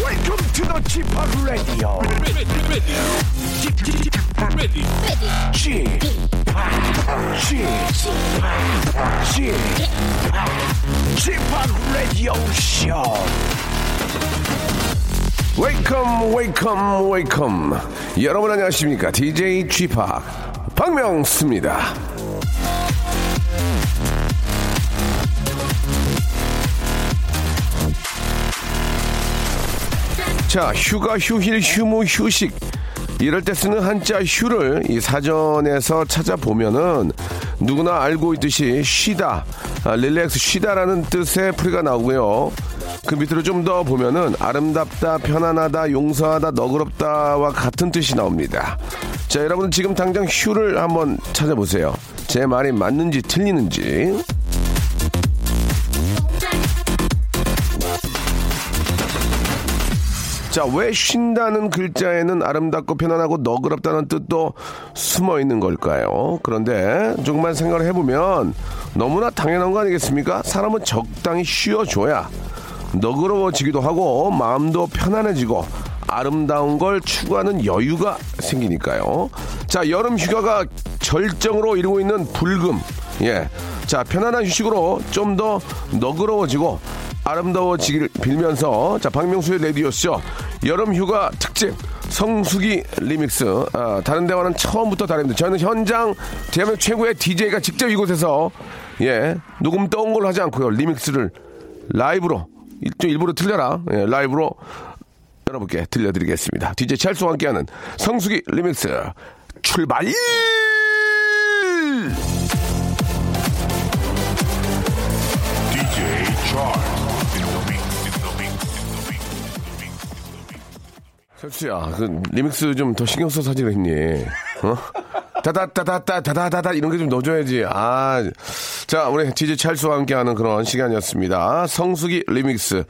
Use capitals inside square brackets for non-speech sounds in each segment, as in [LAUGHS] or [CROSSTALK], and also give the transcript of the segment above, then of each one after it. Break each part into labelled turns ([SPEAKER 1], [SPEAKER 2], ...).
[SPEAKER 1] Welcome to the Chip Radio.
[SPEAKER 2] ready, ready, ready, ready.
[SPEAKER 1] Chip, Chip, Chip, Chip Radio Show. Welcome, welcome, welcome. 여러분 안녕하십니까? DJ G p 박명수입니다. 자, 휴가, 휴일, 휴무, 휴식. 이럴 때 쓰는 한자 휴를 이 사전에서 찾아보면은 누구나 알고 있듯이 쉬다, 아, 릴렉스 쉬다라는 뜻의 풀이가 나오고요. 그 밑으로 좀 더 보면은 아름답다, 편안하다, 용서하다, 너그럽다와 같은 뜻이 나옵니다. 자, 여러분 지금 당장 휴를 한번 찾아보세요. 제 말이 맞는지 틀리는지. 자, 왜 쉰다는 글자에는 아름답고 편안하고 너그럽다는 뜻도 숨어 있는 걸까요? 그런데 조금만 생각을 해보면 너무나 당연한 거 아니겠습니까? 사람은 적당히 쉬어줘야 너그러워지기도 하고 마음도 편안해지고 아름다운 걸 추구하는 여유가 생기니까요. 자, 여름 휴가가 절정으로 이루고 있는 불금. 예. 자, 편안한 휴식으로 좀 더 너그러워지고 아름다워지길 빌면서 자 박명수의 레디오쇼 여름 휴가 특집 성수기 리믹스 아, 다른 데와는 처음부터 다릅니다 저는 현장 대한민국 최고의 DJ가 직접 이곳에서 예 녹음 떠온 걸로 하지 않고요 리믹스를 라이브로 일- 좀 일부러 틀려라 예, 라이브로 여러분께 들려드리겠습니다 DJ 찰수와 함께하는 성수기 리믹스 출발 철수야, 그 리믹스 좀 더 신경 써서 하지 그랬니? 어? 다다다다다다다다 이런 게 좀 넣어줘야지. 아, 자 우리 DJ 찰수와 함께하는 그런 시간이었습니다. 성수기 리믹스.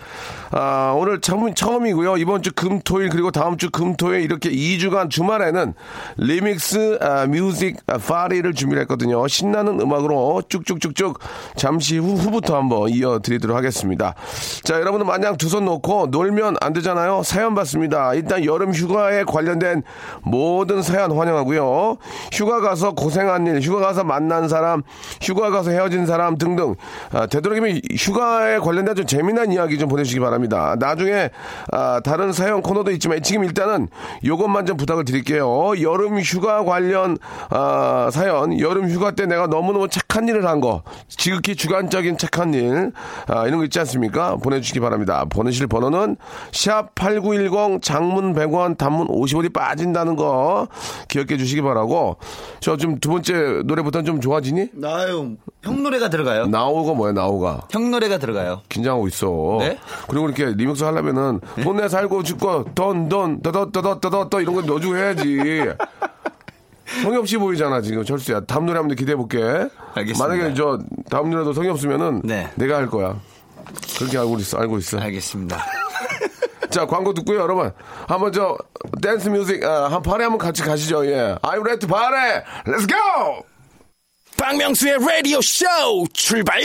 [SPEAKER 1] 아 오늘 처음 처음이고요. 이번 주 금토일 그리고 다음 주 금토에 이렇게 2주간 주말에는 리믹스 아, 뮤직 아, 파리를 준비했거든요. 신나는 음악으로 쭉쭉쭉쭉 잠시 후 후부터 한번 이어드리도록 하겠습니다. 자 여러분은 마냥 두 손 놓고 놀면 안 되잖아요. 사연 받습니다. 일단 여름 휴가에 관련된 모든 사연 환영하고요. 휴가 가서 고생한 일, 휴가 가서 만난 사람, 휴가 가서 헤어진 사람 등등 아, 되도록이면 휴가에 관련된 좀 재미난 이야기 좀 보내주시기 바랍니다. 나중에 아, 다른 사연 코너도 있지만 지금 일단은 요것만 좀 부탁을 드릴게요. 여름 휴가 관련 아, 사연, 여름 휴가 때 내가 너무너무 착한 일을 한 거, 지극히 주관적인 착한 일 아, 이런 거 있지 않습니까? 보내주시기 바랍니다. 보내실 번호는 샵 8910 장문 100원 단문 50원이 빠진다는 거 기억해 주시기 바라고 저 지금 두 번째 노래부터는 좀 좋아지니?
[SPEAKER 3] 아유, 형 노래가 들어가요.
[SPEAKER 1] 나오가 뭐야 나오가
[SPEAKER 3] 형 노래가 들어가요.
[SPEAKER 1] 긴장하고 있어.
[SPEAKER 3] 네?
[SPEAKER 1] 그리고 이렇게 리믹스 하려면은 돈 내 살고 죽고 돈돈 더더더더더더 이런 거 넣어주고
[SPEAKER 3] [LAUGHS]
[SPEAKER 1] 해야지. 성의 없이 보이잖아 지금 철수야. 다음 노래 한번 기대해 볼게.
[SPEAKER 3] 알겠습니다.
[SPEAKER 1] 만약에 저 다음 노래도 성의 없으면은
[SPEAKER 3] 네.
[SPEAKER 1] 내가 할 거야. 그렇게 알고 있어 알고 있어.
[SPEAKER 3] 알겠습니다.
[SPEAKER 1] 자 광고 듣고요 여러분 한번 저 댄스 뮤직 아, 한 파리 한번 같이 가시죠. 예. I'm ready to party. Let's go.
[SPEAKER 2] 박명수의 라디오 쇼 출발!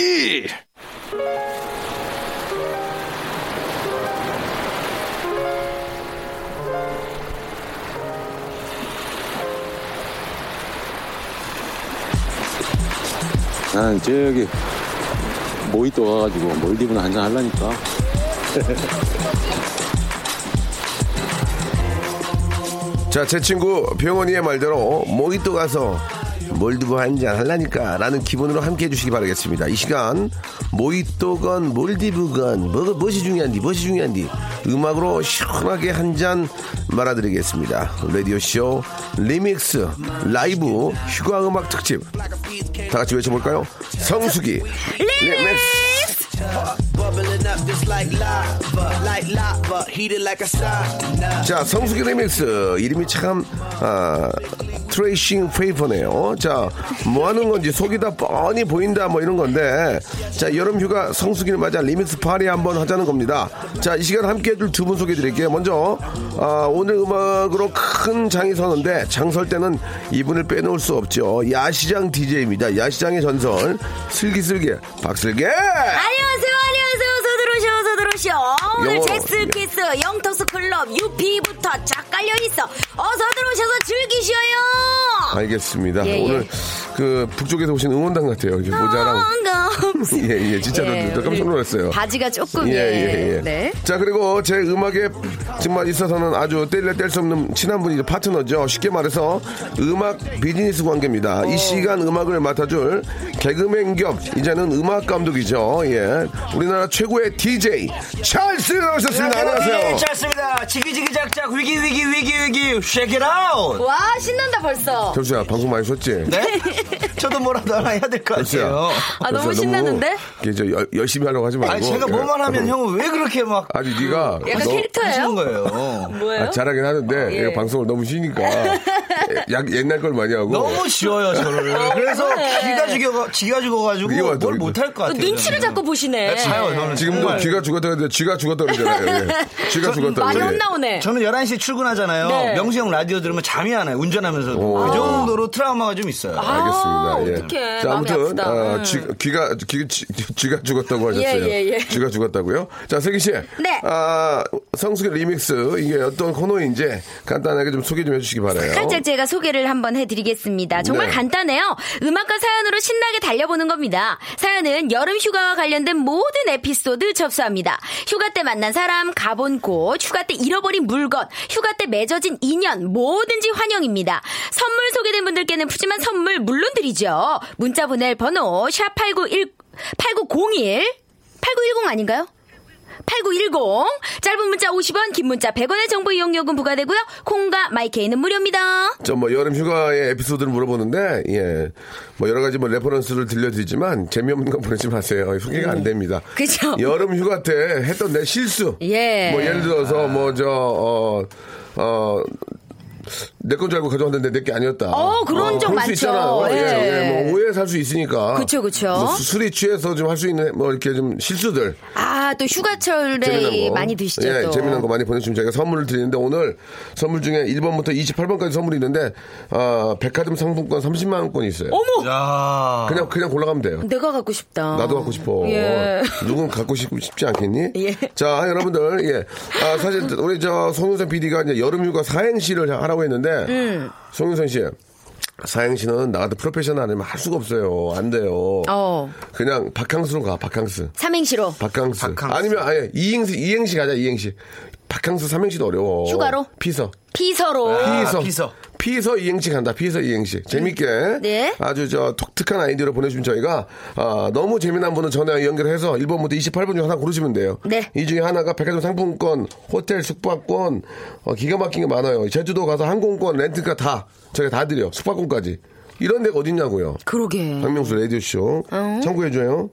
[SPEAKER 4] 난 저기 모히또 가가지고 몰디브나 한잔 할라니까
[SPEAKER 1] 자, 제 친구 병원이의 말대로 모히또 가서 몰디브 한잔 할라니까 라는 기분으로 함께 해주시기 바라겠습니다. 이 시간 모히또건 몰디브건 뭐가 무엇이 중요한디 무엇이 중요한디 음악으로 시원하게 한 잔 말아드리겠습니다. 라디오쇼 리믹스 라이브 휴가 음악 특집 다 같이 외쳐볼까요? 성수기 리믹스
[SPEAKER 5] Bubbling up just like lava, like lava, heated like a sauna.
[SPEAKER 1] 자, 성수기 리믹스. 이름이 참, 아, 트레이싱 페이퍼네요. 자, 뭐 하는 건지 속이 다 뻔히 보인다, 뭐 이런 건데. 자, 여름 휴가 성수기를 맞아 리믹스 파리 한번 하자는 겁니다. 자, 이 시간 함께 해줄 두 분 소개해 드릴게요. 먼저, 아, 오늘 음악으로 큰 장이 서는데, 장 설 때는 이분을 빼놓을 수 없죠. 야시장 DJ입니다. 야시장의 전설, 슬기슬기, 박슬기!
[SPEAKER 6] 아! 안녕하세요, 안녕하세요. 서두르셔, 서두르셔. 오쇼. 오늘
[SPEAKER 1] 영어.
[SPEAKER 6] 잭스키스 영턱스 클럽 UP부터 쫙 깔려 있어. 어서 들어오셔서 즐기셔요.
[SPEAKER 1] 알겠습니다.
[SPEAKER 6] 예, 예.
[SPEAKER 1] 오늘 그 북쪽에서 오신 응원단 같아요. 이렇게 모자랑
[SPEAKER 6] 반갑습니다.
[SPEAKER 1] 예, 예, 진짜로
[SPEAKER 6] 예,
[SPEAKER 1] 깜짝
[SPEAKER 6] 우리
[SPEAKER 1] 놀랐어요.
[SPEAKER 6] 바지가 조금
[SPEAKER 1] 예,
[SPEAKER 6] 예,
[SPEAKER 1] 예, 예.
[SPEAKER 6] 네.
[SPEAKER 1] 자, 그리고 제 음악에 정말 있어서는 아주 뗄래 뗄 수 없는 친한 분이 파트너죠. 쉽게 말해서 음악 비즈니스 관계입니다. 이 시간 음악을 맡아줄 개그맨 겸 이제는 음악 감독이죠. 예. 우리나라 최고의 DJ 찰스
[SPEAKER 3] 아,
[SPEAKER 1] 나오셨습니다. 네,
[SPEAKER 3] 네,
[SPEAKER 1] 안녕하세요.
[SPEAKER 3] 짰습니다. 예, 지기지기작작 위기 위기 위기 위기 쉐이크 잇 아웃.
[SPEAKER 6] 와 신난다 벌써.
[SPEAKER 1] 결수야, 방송 많이 쉬었지?
[SPEAKER 3] 네?
[SPEAKER 1] [LAUGHS]
[SPEAKER 3] 저도 뭐라도 하나 해야 될 것
[SPEAKER 1] 결수야.
[SPEAKER 3] 같아요.
[SPEAKER 6] 아, 너무 신나는데?
[SPEAKER 1] 이게 저 열- 열심히 하려고 하지 말고.
[SPEAKER 3] 아니 제가 뭐만
[SPEAKER 1] 예.
[SPEAKER 3] 하면 형은 왜 그렇게 막
[SPEAKER 1] 아니, 네가
[SPEAKER 6] 약간
[SPEAKER 1] 너-
[SPEAKER 6] 캐릭터예요?
[SPEAKER 3] 하시는 거예요?
[SPEAKER 6] 뭐예요?
[SPEAKER 1] 아, 잘하긴 하는데
[SPEAKER 6] 예.
[SPEAKER 1] 얘가 방송을 너무
[SPEAKER 6] [LAUGHS]
[SPEAKER 1] 쉬니까 약, 옛날 걸 많이 하고
[SPEAKER 3] 너무 쉬워요 저를. 그래서
[SPEAKER 6] 그래.
[SPEAKER 3] 기가 죽여 기가
[SPEAKER 1] 어. 이게
[SPEAKER 3] 죽어가지고
[SPEAKER 1] 완전
[SPEAKER 3] 뭘
[SPEAKER 1] 이거.
[SPEAKER 3] 못 할 것
[SPEAKER 6] 어,
[SPEAKER 3] 같아요.
[SPEAKER 6] 네.
[SPEAKER 3] 저는.
[SPEAKER 6] 눈치를
[SPEAKER 3] 아,
[SPEAKER 6] 자꾸 보시네.
[SPEAKER 3] 차요 저는.
[SPEAKER 1] 지금도
[SPEAKER 3] 정말.
[SPEAKER 1] 쥐가 죽었다 그러는데 쥐가 죽었다 그러잖아요. 예. 쥐가 죽었다
[SPEAKER 6] 많이
[SPEAKER 1] 그러는데.
[SPEAKER 6] 혼나오네.
[SPEAKER 3] 저는 11시에 출근하잖아요.
[SPEAKER 6] 네.
[SPEAKER 3] 명수 형 라디오 들으면 잠이 안 와요. 운전하면서도.
[SPEAKER 1] 오.
[SPEAKER 3] 그 정도로 트라우마가 좀 있어요.
[SPEAKER 1] 알겠습니다.
[SPEAKER 6] 아,
[SPEAKER 1] 예.
[SPEAKER 6] 어떡해.
[SPEAKER 1] 자,
[SPEAKER 6] 마음이
[SPEAKER 1] 아무튼
[SPEAKER 6] 아프다.
[SPEAKER 1] 어,
[SPEAKER 6] 음.
[SPEAKER 1] 쥐, 귀가 귀, 쥐, 쥐가 죽었다고 하셨어요.
[SPEAKER 6] 예, 예, 예.
[SPEAKER 1] 쥐가 죽었다고요? 자, 세기 씨.
[SPEAKER 6] 네.
[SPEAKER 1] 아, 성수기 리믹스 이게 어떤 코너인지 간단하게 좀 소개 좀 해주시기 바래요.
[SPEAKER 6] 살짝 제가 소개를 한번 해드리겠습니다. 정말
[SPEAKER 1] 네.
[SPEAKER 6] 간단해요. 음악과 사연으로 신나게 달려보는 겁니다. 사연은 여름 휴가와 관련된 모든 에피소드 접수합니다. 휴가 때 만난 사람, 가본 곳, 휴가 때 잃어버린 물건, 휴가 때 맺어진 인연, 뭐든지 환영입니다. 선물 소개된 분들께는 푸짐한 선물 물론 드리죠. 문자 보낼 번호 샵8910 8901 8910 아닌가요? 8910 짧은 문자 50원 긴 문자 100원의 정보 이용료금 부과되고요 콩과 마이케이는 무료입니다
[SPEAKER 1] 저 뭐 여름 휴가의 에피소드를 물어보는데 예. 뭐 여러 가지 뭐 레퍼런스를 들려드리지만 재미없는 건 보내지 마세요. 소개가 안 됩니다.
[SPEAKER 6] 음. 그죠?
[SPEAKER 1] 여름 휴가 때 했던 내 실수.
[SPEAKER 6] 예.
[SPEAKER 1] 뭐 예를 들어서 뭐 저 어. 어 내 건 줄 알고 가져왔는데 내 게 아니었다.
[SPEAKER 6] 어, 그런 적
[SPEAKER 1] 그럴
[SPEAKER 6] 많죠.
[SPEAKER 1] 수 있잖아요. 예,
[SPEAKER 6] 예.
[SPEAKER 1] 예, 뭐 오해 살 수 있으니까.
[SPEAKER 6] 그쵸, 그쵸.
[SPEAKER 1] 뭐 수- 술이 취해서 좀 할 수 있는 뭐 이렇게 좀 실수들.
[SPEAKER 6] 아 또
[SPEAKER 1] 재미난
[SPEAKER 6] 휴가철에
[SPEAKER 1] 거.
[SPEAKER 6] 네, 많이 드시죠
[SPEAKER 1] 예,
[SPEAKER 6] 또.
[SPEAKER 1] 재미난 거 많이 보내주시면 저희가 선물을 드리는데 오늘 선물 중에 1번부터 28번까지 선물이 있는데 아, 백화점 상품권 30만 원권이 있어요.
[SPEAKER 6] 어머
[SPEAKER 3] 야.
[SPEAKER 1] 그냥 그냥 골라가면 돼요.
[SPEAKER 6] 내가 갖고 싶다
[SPEAKER 1] 나도 갖고 싶어.
[SPEAKER 6] 예.
[SPEAKER 1] 누군 갖고 싶, 지 않겠니?
[SPEAKER 6] 예.
[SPEAKER 1] 자, 여러분들, 예. 아, 사실, 우리 저, 송윤선 PD가 이제 여름휴가 사행시를 하라고 했는데,
[SPEAKER 6] 음.
[SPEAKER 1] 송윤선 씨, 사행시는 나한테 프로페셔널 아니면 할 수가 없어요. 안 돼요.
[SPEAKER 6] 어.
[SPEAKER 1] 그냥 박항수로 가, 박항수.
[SPEAKER 6] 삼행시로
[SPEAKER 1] 박항수.
[SPEAKER 3] 박항수.
[SPEAKER 1] 아니면 아예 이행시 이행시 가자 이행시. 박항수 삼행시도 어려워.
[SPEAKER 6] 휴가로?
[SPEAKER 1] 피서.
[SPEAKER 6] 피서로
[SPEAKER 1] 아, 피서.
[SPEAKER 3] 피서.
[SPEAKER 1] 피서 이행시 간다. 피서 이행시. 재밌게.
[SPEAKER 6] 네.
[SPEAKER 1] 아주 저 독특한 아이디어를 보내주면 저희가 아, 너무 재미난 분은 전화 연결해서 1번부터 28번 중 하나 고르시면 돼요.
[SPEAKER 6] 네.
[SPEAKER 1] 이 중에 하나가 백화점 상품권, 호텔 숙박권, 어, 기가 막힌 게 많아요. 제주도 가서 항공권, 렌트카 다 저희가 다 드려. 숙박권까지. 이런 데가 어딨냐고요.
[SPEAKER 6] 그러게
[SPEAKER 1] 박명수 라디오쇼 참고해줘요.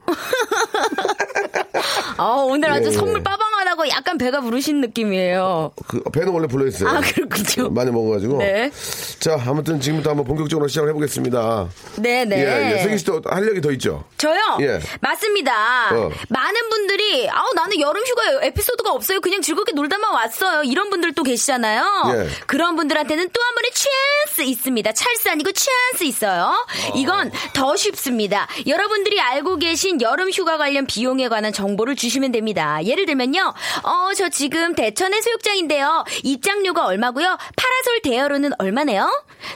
[SPEAKER 6] 아 오늘 아주
[SPEAKER 1] 예.
[SPEAKER 6] 선물 빠방하다고 약간 배가 부르신 느낌이에요
[SPEAKER 1] 그 배는 원래 불러있어요.
[SPEAKER 6] 아 그렇군요
[SPEAKER 1] 많이 먹어가지고.
[SPEAKER 6] 네.
[SPEAKER 1] 자, 아무튼 지금부터 한번 본격적으로 시작을 해보겠습니다.
[SPEAKER 6] 네네
[SPEAKER 1] 예, 예. 승희 씨도 할 얘기 더 있죠?
[SPEAKER 6] 저요?
[SPEAKER 1] 예.
[SPEAKER 6] 맞습니다.
[SPEAKER 1] 어.
[SPEAKER 6] 많은 분들이, 아우, 나는 여름 휴가 에피소드가 없어요. 그냥 즐겁게 놀다만 왔어요. 이런 분들 또 계시잖아요.
[SPEAKER 1] 예.
[SPEAKER 6] 그런 분들한테는 또 한 번의 찬스 있습니다. 찰스 아니고 찬스 있어요.
[SPEAKER 1] 아.
[SPEAKER 6] 이건 더 쉽습니다. 여러분들이 알고 계신 여름 휴가 관련 비용에 관한 정보를 주시면 됩니다. 예를 들면요. 어, 저 지금 대천 해수욕장인데요. 입장료가 얼마고요? 파라솔 대여료는 얼마네요?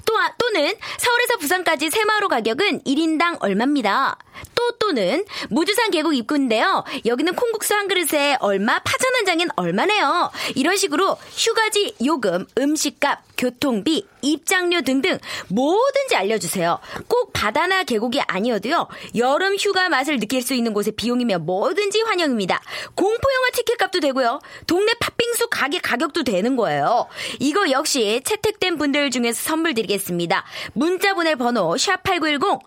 [SPEAKER 6] 또, 또는 서울에서 부산까지 새마루 가격은 1인당 얼마입니다. 또 또는 무주산 계곡 입구인데요. 여기는 콩국수 한 그릇에 얼마, 파전 한 장엔 얼마네요. 이런 식으로 휴가지 요금, 음식값, 교통비, 입장료 등등 뭐든지 알려주세요. 꼭 바다나 계곡이 아니어도요. 여름 휴가 맛을 느낄 수 있는 곳의 비용이면 뭐든지 환영입니다. 공포영화 티켓값도 되고요. 동네 팥빙수 가게 가격도 되는 거예요. 이거 역시 채택된 분들 중에서 선물 드리겠습니다. 문자 보낼 번호 샵8910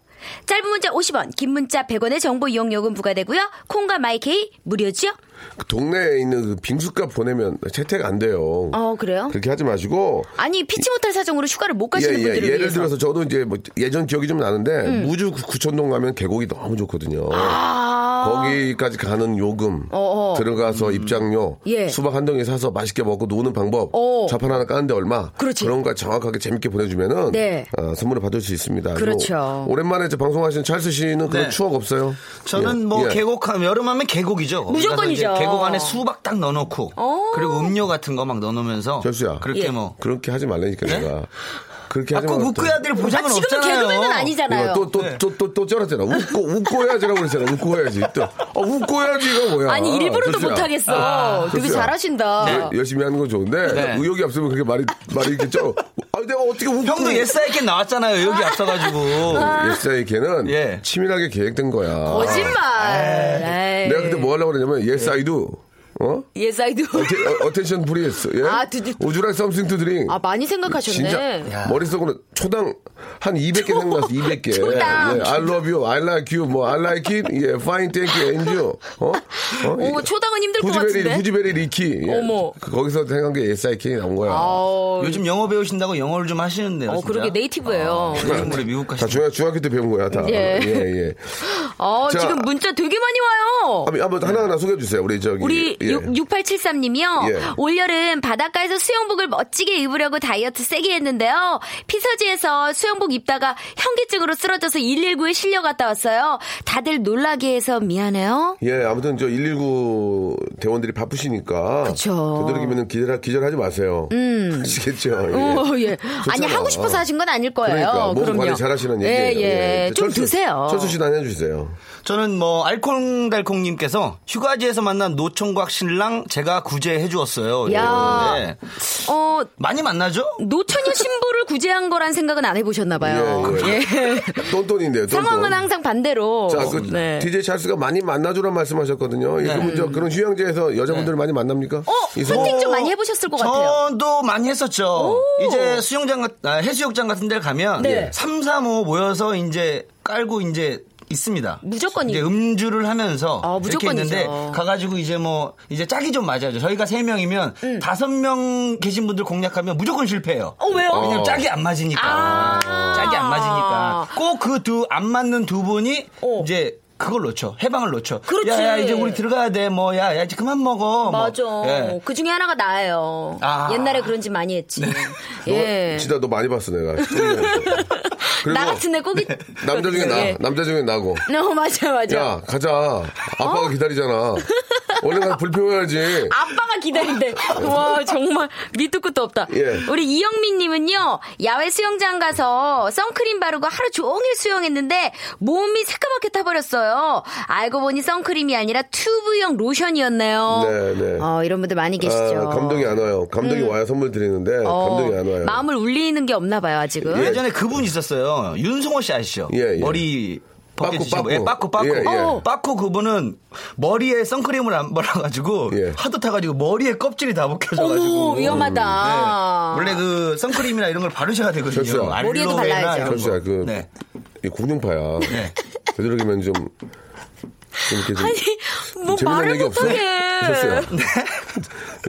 [SPEAKER 6] 짧은 문자 50원, 긴 문자 100원의 정보 이용 요금 부과되고요. 콩과 마이케이 무료지요?
[SPEAKER 1] 그 동네에 있는 그 빙수값 보내면 채택 안 돼요.
[SPEAKER 6] 어, 그래요?
[SPEAKER 1] 그렇게 하지 마시고.
[SPEAKER 6] 아니, 피치 못할 사정으로 휴가를 못
[SPEAKER 1] 예,
[SPEAKER 6] 가시는
[SPEAKER 1] 예.
[SPEAKER 6] 분들을
[SPEAKER 1] 예를
[SPEAKER 6] 위해서. 음.
[SPEAKER 1] 들어서 저도 이제 뭐 예전 기억이 좀 나는데 무주 구- 구천동 가면 계곡이 너무 좋거든요.
[SPEAKER 6] 아,
[SPEAKER 1] 거기까지 가는 요금
[SPEAKER 6] 어어.
[SPEAKER 1] 들어가서 입장료
[SPEAKER 6] 예.
[SPEAKER 1] 수박 한 덩이 사서 맛있게 먹고 노는 방법
[SPEAKER 6] 어.
[SPEAKER 1] 좌판 하나 까는데 얼마
[SPEAKER 6] 그렇지.
[SPEAKER 1] 런거 정확하게 재밌게 보내주면은
[SPEAKER 6] 네.
[SPEAKER 1] 어, 선물을 받을 수 있습니다.
[SPEAKER 6] 그렇죠.
[SPEAKER 1] 그리고 오랜만에 이제 방송하신 찰스 씨는 그런
[SPEAKER 3] 네.
[SPEAKER 1] 추억 없어요?
[SPEAKER 3] 저는
[SPEAKER 1] 예.
[SPEAKER 3] 뭐
[SPEAKER 1] 예.
[SPEAKER 3] 계곡하면 여름하면 계곡이죠. 거기 가서 이제
[SPEAKER 6] 무조건이죠.
[SPEAKER 3] 계곡 안에 수박 딱 넣어놓고
[SPEAKER 6] 어.
[SPEAKER 3] 그리고 음료 같은 거 막 넣어놓으면서
[SPEAKER 1] 절수야. 예.
[SPEAKER 3] 그렇게
[SPEAKER 6] 예.
[SPEAKER 3] 뭐
[SPEAKER 1] 그렇게 하지 말라니까 내가 그렇게 하지
[SPEAKER 3] 아까
[SPEAKER 1] 말라.
[SPEAKER 3] 웃고야 될
[SPEAKER 6] 아,
[SPEAKER 3] 보장은
[SPEAKER 6] 지금은
[SPEAKER 3] 없잖아요.
[SPEAKER 6] 개그맨은 아니잖아요.
[SPEAKER 3] 네.
[SPEAKER 1] 또또 또 또또 쩔었잖아. 웃고 웃고 해야지라고 그랬잖아. 웃고 해야지. 또 어, 웃고 해야지가 뭐야?
[SPEAKER 6] 아니 일부러도
[SPEAKER 1] 절수야. 아,
[SPEAKER 6] 못하겠어. 되게
[SPEAKER 1] 좋습니다.
[SPEAKER 6] 잘하신다.
[SPEAKER 1] 예, 열심히 하는 건 좋은데
[SPEAKER 3] 네.
[SPEAKER 1] 의욕이 없으면 그렇게 말이 말이 이렇게 쩔. 아 내가 어떻게 웃고
[SPEAKER 3] 형도 옛사이게 나왔잖아요. 여기 앞서가지고.
[SPEAKER 6] 아.
[SPEAKER 1] 옛사이 걔는
[SPEAKER 3] 예.
[SPEAKER 1] 치밀하게 계획된 거야.
[SPEAKER 3] 아,
[SPEAKER 6] 거짓말.
[SPEAKER 3] 네.
[SPEAKER 6] 에이.
[SPEAKER 1] 내가 그때 뭐 하려고 그랬냐면 옛사이도 어?
[SPEAKER 6] 예 사이드.
[SPEAKER 1] 어텐, 션 브리에스 예?
[SPEAKER 6] 아, 드디-
[SPEAKER 1] 우주라 썸씽 투 드링
[SPEAKER 6] 아 많이 생각하셨네.
[SPEAKER 1] 진짜 머릿속으로 초당 한 200개
[SPEAKER 6] [LAUGHS]
[SPEAKER 1] 생각났어 200개
[SPEAKER 6] 초당.
[SPEAKER 1] 예, I love you I like you 뭐 I like it 예, fine thank you and you 어? 어?
[SPEAKER 6] 오, 초당은 힘들 것
[SPEAKER 1] 후지베리
[SPEAKER 6] 같은데.
[SPEAKER 1] 후지베리 리키 예.
[SPEAKER 6] 어머.
[SPEAKER 1] 그- 거기서 생각한 게 옛사이킹이 나온 거야
[SPEAKER 6] 아우.
[SPEAKER 3] 요즘 영어 배우신다고 영어를 좀 하시는데요.
[SPEAKER 6] 어,
[SPEAKER 3] 진짜?
[SPEAKER 6] 그러게 네이티브예요.
[SPEAKER 3] 요즘 우리 미국
[SPEAKER 1] 다
[SPEAKER 3] 가시죠.
[SPEAKER 1] 중학, 중학교 때 배운 거야 다
[SPEAKER 6] 예.
[SPEAKER 1] 예, 예.
[SPEAKER 6] 어,
[SPEAKER 1] 자. 아,
[SPEAKER 6] 지금 문자 되게 많이 와요.
[SPEAKER 1] 한번, 한번 하나하나 소개해 주세요 우리 저기
[SPEAKER 6] 우리
[SPEAKER 1] 예.
[SPEAKER 6] 6873님이요.
[SPEAKER 1] 예.
[SPEAKER 6] 올여름 바닷가에서 수영복을 멋지게 입으려고 다이어트 세게 했는데요. 피서지에서 수영복 입다가 현기증으로 쓰러져서 119에 실려갔다 왔어요. 다들 놀라게 해서 미안해요.
[SPEAKER 1] 예, 아무튼 저 119 대원들이 바쁘시니까.
[SPEAKER 6] 그쵸. 음.
[SPEAKER 1] 되도록이면 기절, 기절하지 마세요. 아시겠죠? 예.
[SPEAKER 6] 오, 예. 아니
[SPEAKER 1] 좋잖아.
[SPEAKER 6] 하고 싶어서 하신 건 아닐 거예요.
[SPEAKER 1] 그러니까 몸
[SPEAKER 6] 그럼요.
[SPEAKER 1] 관리 잘하시는
[SPEAKER 6] 예,
[SPEAKER 1] 얘기예요.
[SPEAKER 6] 예.
[SPEAKER 1] 이제
[SPEAKER 6] 좀
[SPEAKER 1] 철수-
[SPEAKER 6] 드세요.
[SPEAKER 1] 철수 씨도 하나 해주세요.
[SPEAKER 3] 저는 뭐 알콩달콩님께서 휴가지에서 만난 노총각 신랑 제가 구제해 주었어요.
[SPEAKER 6] 야.
[SPEAKER 3] 네.
[SPEAKER 6] 어,
[SPEAKER 3] 많이 만나죠?
[SPEAKER 6] 노처녀 신부를 구제한 거란 생각은 안 해보셨나 봐요.
[SPEAKER 1] 예, 똔똔인데요, 똔똔.
[SPEAKER 6] 상황은 항상 반대로.
[SPEAKER 1] 자, 그
[SPEAKER 6] 네. 음.
[SPEAKER 1] DJ 찰스가 많이 만나주란 말씀하셨거든요. 예, 그러면 저 그런 휴양지에서 여자분들 을 많이 만납니까?
[SPEAKER 6] 어,
[SPEAKER 1] 이성-
[SPEAKER 6] 헌팅 좀 많이 해보셨을 것 같아요.
[SPEAKER 3] 저도 많이 했었죠. 이제 수영장, 같- 아, 해수욕장 같은 데를 가면
[SPEAKER 6] 네.
[SPEAKER 3] 3, 3, 5 모여서 이제 깔고 이제 있습니다.
[SPEAKER 6] 무조건이-
[SPEAKER 3] 이제 음주를 하면서
[SPEAKER 6] 아,
[SPEAKER 3] 이렇게
[SPEAKER 6] 무조건이죠.
[SPEAKER 3] 있는데 가가지고 이제 뭐 이제 짝이 좀 맞아야죠. 저희가 3명이면 다섯 5명 계신 분들 공략하면 무조건 실패해요.
[SPEAKER 6] 음. 어, 왜요?
[SPEAKER 3] 왜냐면 짝이 안 맞으니까.
[SPEAKER 6] 아.
[SPEAKER 3] 짝이 안 맞으니까. 꼭 그 두 안 맞는 두 분이
[SPEAKER 6] 어.
[SPEAKER 3] 이제 그걸 놓쳐. 해방을 놓쳐.
[SPEAKER 6] 그렇지.
[SPEAKER 3] 야, 야, 이제 우리 들어가야 돼. 뭐, 야, 야, 이제 그만 먹어. 뭐.
[SPEAKER 6] 맞아.
[SPEAKER 3] 예.
[SPEAKER 6] 그 중에 하나가 나예요.
[SPEAKER 3] 아.
[SPEAKER 6] 옛날에 그런 짓 많이 했지.
[SPEAKER 1] 네. 너,
[SPEAKER 6] 예.
[SPEAKER 1] 진짜 어, 너 많이 봤어,
[SPEAKER 6] [LAUGHS]
[SPEAKER 1] 내가. 그리고
[SPEAKER 6] 나 같은 애 꼭이.
[SPEAKER 1] 남자 중에 나,
[SPEAKER 6] 예.
[SPEAKER 1] 남자 중에 나고.
[SPEAKER 6] [LAUGHS] 어, 맞아, 맞아.
[SPEAKER 1] 야, 가자.
[SPEAKER 6] 어?
[SPEAKER 1] 아빠가 기다리잖아. 얼른 가서 불평해야지.
[SPEAKER 6] 아빠가
[SPEAKER 1] [LAUGHS]
[SPEAKER 6] 기다린대. 와, 정말 밑도 끝도 없다.
[SPEAKER 1] 예.
[SPEAKER 6] 우리 이영민 님은요, 야외 수영장 가서 선크림 바르고 하루 종일 수영했는데 몸이 새까맣게 타버렸어요. 알고 보니 선크림이 아니라 튜브형 로션이었네요.
[SPEAKER 1] 네, 네.
[SPEAKER 6] 어, 이런 분들 많이 계시죠. 음.
[SPEAKER 1] 아, 감독이 안 와요. 감독이 와야 선물 드리는데
[SPEAKER 6] 어,
[SPEAKER 1] 감독이 안 와요.
[SPEAKER 6] 마음을 울리는 게 없나 봐요, 아직은.
[SPEAKER 3] 예전에 그분 있었어요. 윤성호 씨 아시죠?
[SPEAKER 1] 예, 예.
[SPEAKER 3] 머리
[SPEAKER 1] 빠꾸,
[SPEAKER 3] 벗겨지신
[SPEAKER 1] 빠꾸.
[SPEAKER 3] 분. 예, 빠꾸 빠꾸.
[SPEAKER 1] 예, 예.
[SPEAKER 3] 어. 빠꾸 그분은 머리에 선크림을 안 발라가지고
[SPEAKER 1] 예.
[SPEAKER 3] 하도 타가지고 머리에 껍질이 다 벗겨져가지고.
[SPEAKER 1] 음.
[SPEAKER 6] 어머, 위험하다.
[SPEAKER 3] 네. 원래 그 선크림이나 이런 걸 바르셔야 되거든요.
[SPEAKER 1] 절수야.
[SPEAKER 3] 알로에나
[SPEAKER 6] 머리에도 발라야죠.
[SPEAKER 3] 이런 거.
[SPEAKER 1] 철수야, 그렇죠. 그,
[SPEAKER 3] 네.
[SPEAKER 1] 이 공룡파야.
[SPEAKER 3] 네.
[SPEAKER 1] 되도록이면 좀, 좀 이렇게 좀.
[SPEAKER 6] 아니, 뭐
[SPEAKER 1] 재미난
[SPEAKER 6] 말을
[SPEAKER 1] 얘기 없어?
[SPEAKER 6] 못하게.
[SPEAKER 1] 철수야.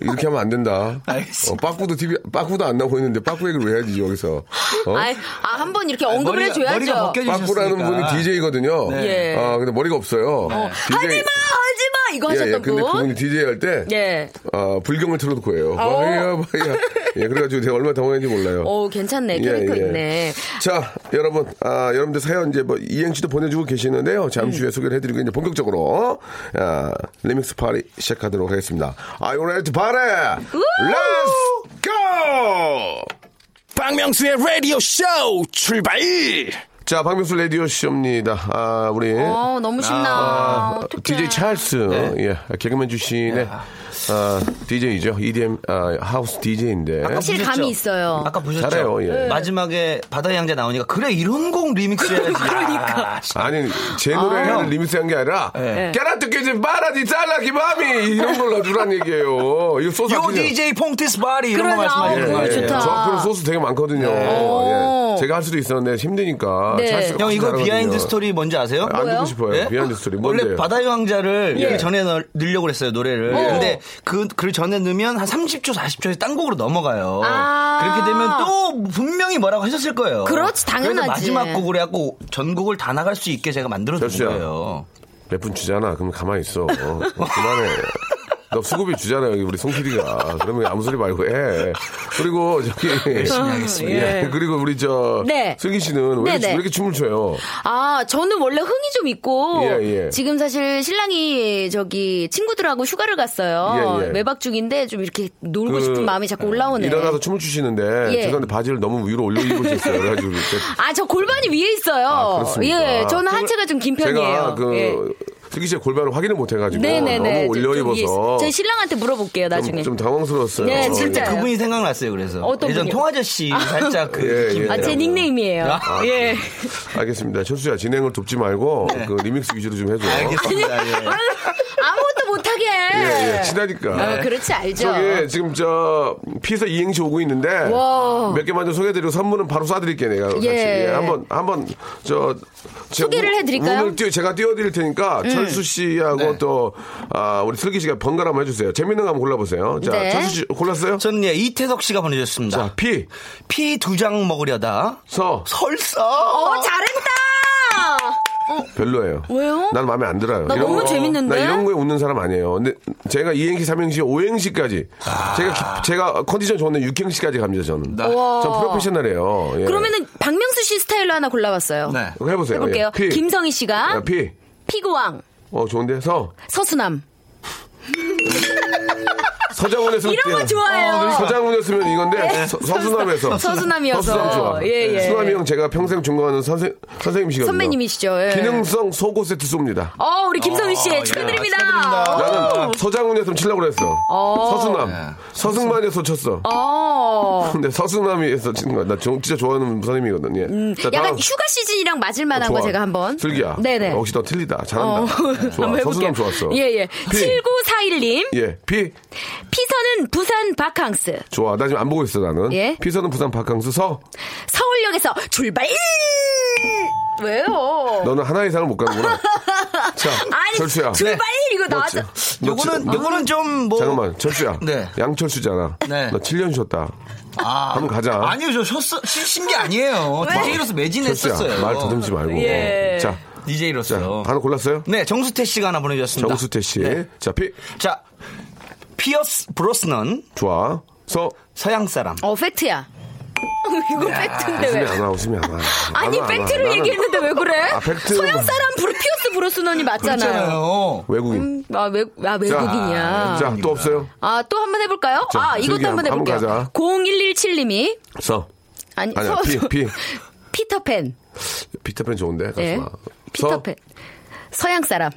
[SPEAKER 1] 이렇게 하면 안 된다.
[SPEAKER 3] 네. 알겠습니다.
[SPEAKER 1] 어, 빠꾸도 TV, 빠꾸도 안 나오고 있는데 빠꾸 얘기를 왜 해야지, 여기서. 어?
[SPEAKER 6] 아이, 아, 한 번 이렇게 언급을
[SPEAKER 3] 머리가-
[SPEAKER 6] 해줘야죠.
[SPEAKER 3] 머리가 벗겨지셨으니까. 아.
[SPEAKER 1] 빠꾸라는 분이 DJ거든요.
[SPEAKER 6] 네. 예.
[SPEAKER 1] 아, 근데 머리가 없어요.
[SPEAKER 3] 네.
[SPEAKER 6] 하지마, 하지마! 이거
[SPEAKER 1] 네, 예,
[SPEAKER 6] 하셨던
[SPEAKER 1] 예. 근데 그분이
[SPEAKER 6] 분.
[SPEAKER 1] DJ 할 때.
[SPEAKER 6] 예.
[SPEAKER 1] 아, 불경을 틀어놓고 해요.
[SPEAKER 6] 어.
[SPEAKER 1] 바야, 바야. 예, 그래가지고 제가 얼마나 당황했는지 몰라요.
[SPEAKER 6] 오, 어, 괜찮네.
[SPEAKER 1] 예,
[SPEAKER 6] 캐릭터
[SPEAKER 1] 예.
[SPEAKER 6] 있네.
[SPEAKER 1] 자, 여러분, 아, 여러분들 사연 이제 뭐 이행시도 보내주고 계시는데요. 잠시
[SPEAKER 6] 음.
[SPEAKER 1] 후에 소개를 해드리고 이제 본격적으로 아, 리믹스 파리 시작하도록 하겠습니다. Are you ready to party? Let's go!
[SPEAKER 2] 박명수의 라디오 쇼 출발!
[SPEAKER 1] 자, 박명수 라디오 쇼입니다. 아, 우리
[SPEAKER 6] 어, 너무 신나.
[SPEAKER 1] 어,
[SPEAKER 6] 어떡해.
[SPEAKER 1] DJ 찰스,
[SPEAKER 2] 네.
[SPEAKER 1] 예, 개그맨 주신의 아, DJ죠. EDM 아, 하우스 DJ인데.
[SPEAKER 6] 확실히
[SPEAKER 3] 보셨죠?
[SPEAKER 6] 감이 있어요. 네.
[SPEAKER 3] 아까 보셨죠?
[SPEAKER 1] 네. 잘해요, 예.
[SPEAKER 3] 마지막에 바다의 양자 나오니까 그래 이런 곡
[SPEAKER 6] [LAUGHS]
[SPEAKER 3] 리믹스 해야지. 그러니까.
[SPEAKER 1] 아니 제 노래를 리믹스한 게 아니라
[SPEAKER 6] 네.
[SPEAKER 1] 깨라 뜯기지 마라 니 잘라 기마미 이런 걸 넣어주란 얘기예요. 이거 소스
[SPEAKER 3] 요
[SPEAKER 1] 아끼냐?
[SPEAKER 3] DJ 폰티스 바리 이런 거
[SPEAKER 6] 그러나,
[SPEAKER 3] 말씀하시는
[SPEAKER 6] 어,
[SPEAKER 3] 거예요.
[SPEAKER 6] 좋다. 네.
[SPEAKER 1] 저 앞으로 소스 되게 많거든요.
[SPEAKER 6] 오.
[SPEAKER 1] 예. 제가 할 수도 있었는데 힘드니까.
[SPEAKER 6] 네.
[SPEAKER 1] 찰스가
[SPEAKER 3] 형
[SPEAKER 1] 훨씬
[SPEAKER 3] 이거
[SPEAKER 1] 잘하거든요.
[SPEAKER 3] 비하인드 스토리 뭔지 아세요?
[SPEAKER 1] 안 듣고
[SPEAKER 6] 뭐예요?
[SPEAKER 1] 싶어요.
[SPEAKER 3] 예?
[SPEAKER 1] 비하인드 스토리 뭔데요?
[SPEAKER 3] 원래 바다의 왕자를
[SPEAKER 1] 예.
[SPEAKER 3] 그 전에 넣- 넣으려고 그랬어요 노래를. 근데 그, 그 전에 넣으면 한 30초 40초에 딴 곡으로 넘어가요.
[SPEAKER 6] 아.
[SPEAKER 3] 그렇게 되면 또 분명히 뭐라고 하셨을 거예요.
[SPEAKER 6] 그렇지, 당연하지.
[SPEAKER 3] 그래서 마지막 곡으로 해갖고 전곡을 다 나갈 수 있게 제가 만들어준
[SPEAKER 1] 절수야.
[SPEAKER 3] 거예요.
[SPEAKER 1] 몇 분 주잖아. 그럼 가만히 있어. 어, 그만해. 너 수급이 주잖아 여기 우리 송 PD가 그러면 아무 소리 말고 해 그리고 저기 열심히 하겠습니다 그리고 우리 저
[SPEAKER 6] 네.
[SPEAKER 1] 슬기 씨는 왜,
[SPEAKER 6] 네네.
[SPEAKER 1] 이렇게- 왜 이렇게 춤을 춰요
[SPEAKER 6] 아, 저는 원래 흥이 좀 있고
[SPEAKER 1] 예, 예.
[SPEAKER 6] 지금 사실 신랑이 저기 친구들하고 휴가를 갔어요.
[SPEAKER 1] 예, 예.
[SPEAKER 6] 외박 중인데 좀 이렇게 놀고 싶은 마음이 자꾸 올라오네.
[SPEAKER 1] 일어나서 춤을 추시는데
[SPEAKER 6] 예.
[SPEAKER 1] 죄송한데 바지를 너무 위로 올려 입고 있어요
[SPEAKER 6] [LAUGHS]
[SPEAKER 1] 그래가지고 이렇게
[SPEAKER 6] 아, 저 골반이 위에 있어요.
[SPEAKER 1] 아, 그렇습니까?
[SPEAKER 6] 예, 저는 한체가 좀 긴 편이에요.
[SPEAKER 1] 제가 그
[SPEAKER 6] 예.
[SPEAKER 1] 슬기 씨의 골반을 확인을 못 해가지고
[SPEAKER 6] 네네네.
[SPEAKER 1] 너무 올려
[SPEAKER 6] 좀 위에
[SPEAKER 1] 입어서
[SPEAKER 6] 있어요. 제 신랑한테 물어볼게요, 나중에.
[SPEAKER 1] 좀, 좀 당황스러웠어요.
[SPEAKER 6] 네,
[SPEAKER 1] 어,
[SPEAKER 6] 진짜요.
[SPEAKER 1] 예.
[SPEAKER 3] 그분이 생각났어요. 그래서
[SPEAKER 6] 어떤
[SPEAKER 3] 예전
[SPEAKER 6] 분이요?
[SPEAKER 3] 통화저 씨 살짝 그
[SPEAKER 1] [LAUGHS] 예,
[SPEAKER 3] 느낌이
[SPEAKER 1] 예.
[SPEAKER 6] 아, 제 닉네임이에요.
[SPEAKER 3] 아,
[SPEAKER 6] 예.
[SPEAKER 1] 알겠습니다. 철수야 진행을 돕지 말고 그 리믹스 위주로 좀 해줘.
[SPEAKER 3] 네. 알겠습니다. 예.
[SPEAKER 6] 아무것도 못하게.
[SPEAKER 1] 아, 예, 예, 친하니까.
[SPEAKER 6] 어, 그렇지, 알죠.
[SPEAKER 1] 저기 지금 저 피서 이행시 오고 있는데
[SPEAKER 6] 와.
[SPEAKER 1] 몇 개만 좀 소개해드리고 선물은 바로 쏴드릴게요 내가 같이 예,
[SPEAKER 6] 예.
[SPEAKER 1] 한번 한번 저 제
[SPEAKER 6] 소개를
[SPEAKER 1] 운-
[SPEAKER 6] 해드릴까요? 음.
[SPEAKER 1] 운을 띄워- 제가 띄워드릴 테니까 철수 씨하고 또 아, 우리 슬기 씨가 번갈아 한번 해주세요 재밌는 거 한번 골라보세요 자
[SPEAKER 6] 네.
[SPEAKER 1] 철수 씨 골랐어요?
[SPEAKER 3] 저는 예, 이태석 씨가 보내주셨습니다.
[SPEAKER 1] 피,
[SPEAKER 3] 피 두 장 먹으려다
[SPEAKER 1] 서
[SPEAKER 3] 설사.
[SPEAKER 6] 어, 잘했다!
[SPEAKER 1] 예. 별로예요.
[SPEAKER 6] 왜요?
[SPEAKER 1] 난 마음에 안 들어요.
[SPEAKER 6] 나 너무
[SPEAKER 1] 거-
[SPEAKER 6] 재밌는데?
[SPEAKER 1] 나 이런 거에 웃는 사람 아니에요. 근데 제가 2행시, 3행시, 5행시까지 제가 기- 제가 컨디션 좋은데 6행시까지 갑니다 저는. 저 프로페셔널이에요. 예.
[SPEAKER 6] 그러면은 박명수 씨 스타일로 하나 골라봤어요.
[SPEAKER 3] 네.
[SPEAKER 1] 그거 해보세요.
[SPEAKER 6] 해볼게요.
[SPEAKER 1] 예. 피.
[SPEAKER 6] 김성희 씨가
[SPEAKER 1] 야, 피.
[SPEAKER 6] 피고왕
[SPEAKER 1] 어 좋은데 서
[SPEAKER 6] 서수남
[SPEAKER 1] 서장훈에서
[SPEAKER 6] 이런 거 좋아해요.
[SPEAKER 1] 어,
[SPEAKER 6] 네.
[SPEAKER 1] 서장훈이었으면 이건데 서, 서수남에서
[SPEAKER 6] 서수남이어서.
[SPEAKER 1] 서수남 좋아.
[SPEAKER 6] 예, 예.
[SPEAKER 1] 수남이 형 제가 평생 존경하는 선생 선생님이시거든요.
[SPEAKER 6] 선배님이시죠. 예.
[SPEAKER 1] 기능성 속옷 세트 쏩니다.
[SPEAKER 6] 어 우리 김성희
[SPEAKER 1] 아,
[SPEAKER 6] 씨
[SPEAKER 3] 어,
[SPEAKER 6] 축하드립니다.
[SPEAKER 3] 예, 축하드립니다.
[SPEAKER 1] 나는 서장훈이었으면 치려고 그랬어.
[SPEAKER 6] 어.
[SPEAKER 1] 서수남. 서승만이어서 쳤어.
[SPEAKER 6] 어.
[SPEAKER 1] 근데 서승남이에서 치는 거야. 나 정- 진짜 좋아하는 선생님이거든. 예. 자,
[SPEAKER 6] 약간
[SPEAKER 1] 다음. 어,
[SPEAKER 6] 휴가 시즌이랑 맞을 만한
[SPEAKER 1] 좋아.
[SPEAKER 6] 거 제가 한번.
[SPEAKER 1] 슬기야. 어,
[SPEAKER 6] 네네.
[SPEAKER 1] 역시 너 틀리다. 잘한다.
[SPEAKER 6] 어,
[SPEAKER 1] 좋아.
[SPEAKER 6] [LAUGHS] 한번 해볼게요.
[SPEAKER 1] 서수남 좋았어.
[SPEAKER 6] 예예.
[SPEAKER 1] 피.
[SPEAKER 6] 7941님
[SPEAKER 1] 예. 피.
[SPEAKER 6] 피서는 부산 바캉스
[SPEAKER 1] 좋아. 나 지금 안 보고 있어, 나는.
[SPEAKER 6] 예.
[SPEAKER 1] 피서는 부산 바캉스 서.
[SPEAKER 6] 서울역에서 출발. 왜요?
[SPEAKER 1] 너는 하나 이상을 못
[SPEAKER 6] [LAUGHS]
[SPEAKER 1] 가는구나. 자.
[SPEAKER 6] 아니
[SPEAKER 1] 철수야. 네.
[SPEAKER 6] 출발 이거
[SPEAKER 1] 너
[SPEAKER 6] 나왔어.
[SPEAKER 1] 지- 너 지-
[SPEAKER 3] 요거는
[SPEAKER 1] 너-
[SPEAKER 3] 요거는 좀
[SPEAKER 1] 뭐
[SPEAKER 3] 뭐.
[SPEAKER 1] 잠깐만. 철수야.
[SPEAKER 3] 네.
[SPEAKER 1] 양철수잖아.
[SPEAKER 3] 네.
[SPEAKER 1] 너 7년 쉬었다.
[SPEAKER 3] 아,
[SPEAKER 1] 한번 가자.
[SPEAKER 3] 아니요, 저 쉬었어, 쉰게 아니에요. DJ로서
[SPEAKER 1] 철수야.
[SPEAKER 3] 매진했었어요.
[SPEAKER 1] 말 더듬지 말고.
[SPEAKER 6] 예.
[SPEAKER 1] 자. 자.
[SPEAKER 3] DJ로서.
[SPEAKER 1] 하나 골랐어요?
[SPEAKER 3] 네, 정수태 씨가 하나 보내주셨습니다.
[SPEAKER 1] 정수태 씨.
[SPEAKER 3] 네.
[SPEAKER 1] 자, 피.
[SPEAKER 3] 자, 피어스 브로스넌
[SPEAKER 1] 좋아. 서.
[SPEAKER 3] 서양 사람.
[SPEAKER 6] 어 팩트야. [LAUGHS] 이거 팩트인데
[SPEAKER 1] 웃음이
[SPEAKER 6] 왜?
[SPEAKER 1] 안 와, 웃음이 안 와.
[SPEAKER 6] 네. 아니
[SPEAKER 1] 안 와, 안 와.
[SPEAKER 6] 팩트를
[SPEAKER 1] 나는
[SPEAKER 6] 얘기했는데 왜 그래?
[SPEAKER 1] 아, 팩트.
[SPEAKER 6] 서양 사람 브루, 피어스 브로스넌이 맞잖아요.
[SPEAKER 3] 있잖아요.
[SPEAKER 1] 외국인.
[SPEAKER 6] 음, 아, 외, 아 외국인이야.
[SPEAKER 1] 자, 또 없어요?
[SPEAKER 6] 아, 또 한 번 해볼까요?
[SPEAKER 1] 자,
[SPEAKER 6] 아, 이것도
[SPEAKER 1] 슬기
[SPEAKER 6] 한 번
[SPEAKER 1] 한-
[SPEAKER 6] 해볼게요.
[SPEAKER 1] 한번 가자.
[SPEAKER 6] 0117님이
[SPEAKER 3] 네.
[SPEAKER 1] 서.
[SPEAKER 6] 아니,
[SPEAKER 1] 아니야,
[SPEAKER 6] 서-
[SPEAKER 1] 피, 피.
[SPEAKER 6] [LAUGHS] 피터팬.
[SPEAKER 1] 피터팬 좋은데? 가수
[SPEAKER 6] 예.
[SPEAKER 1] 와.
[SPEAKER 6] 피터팬. 서양 사람.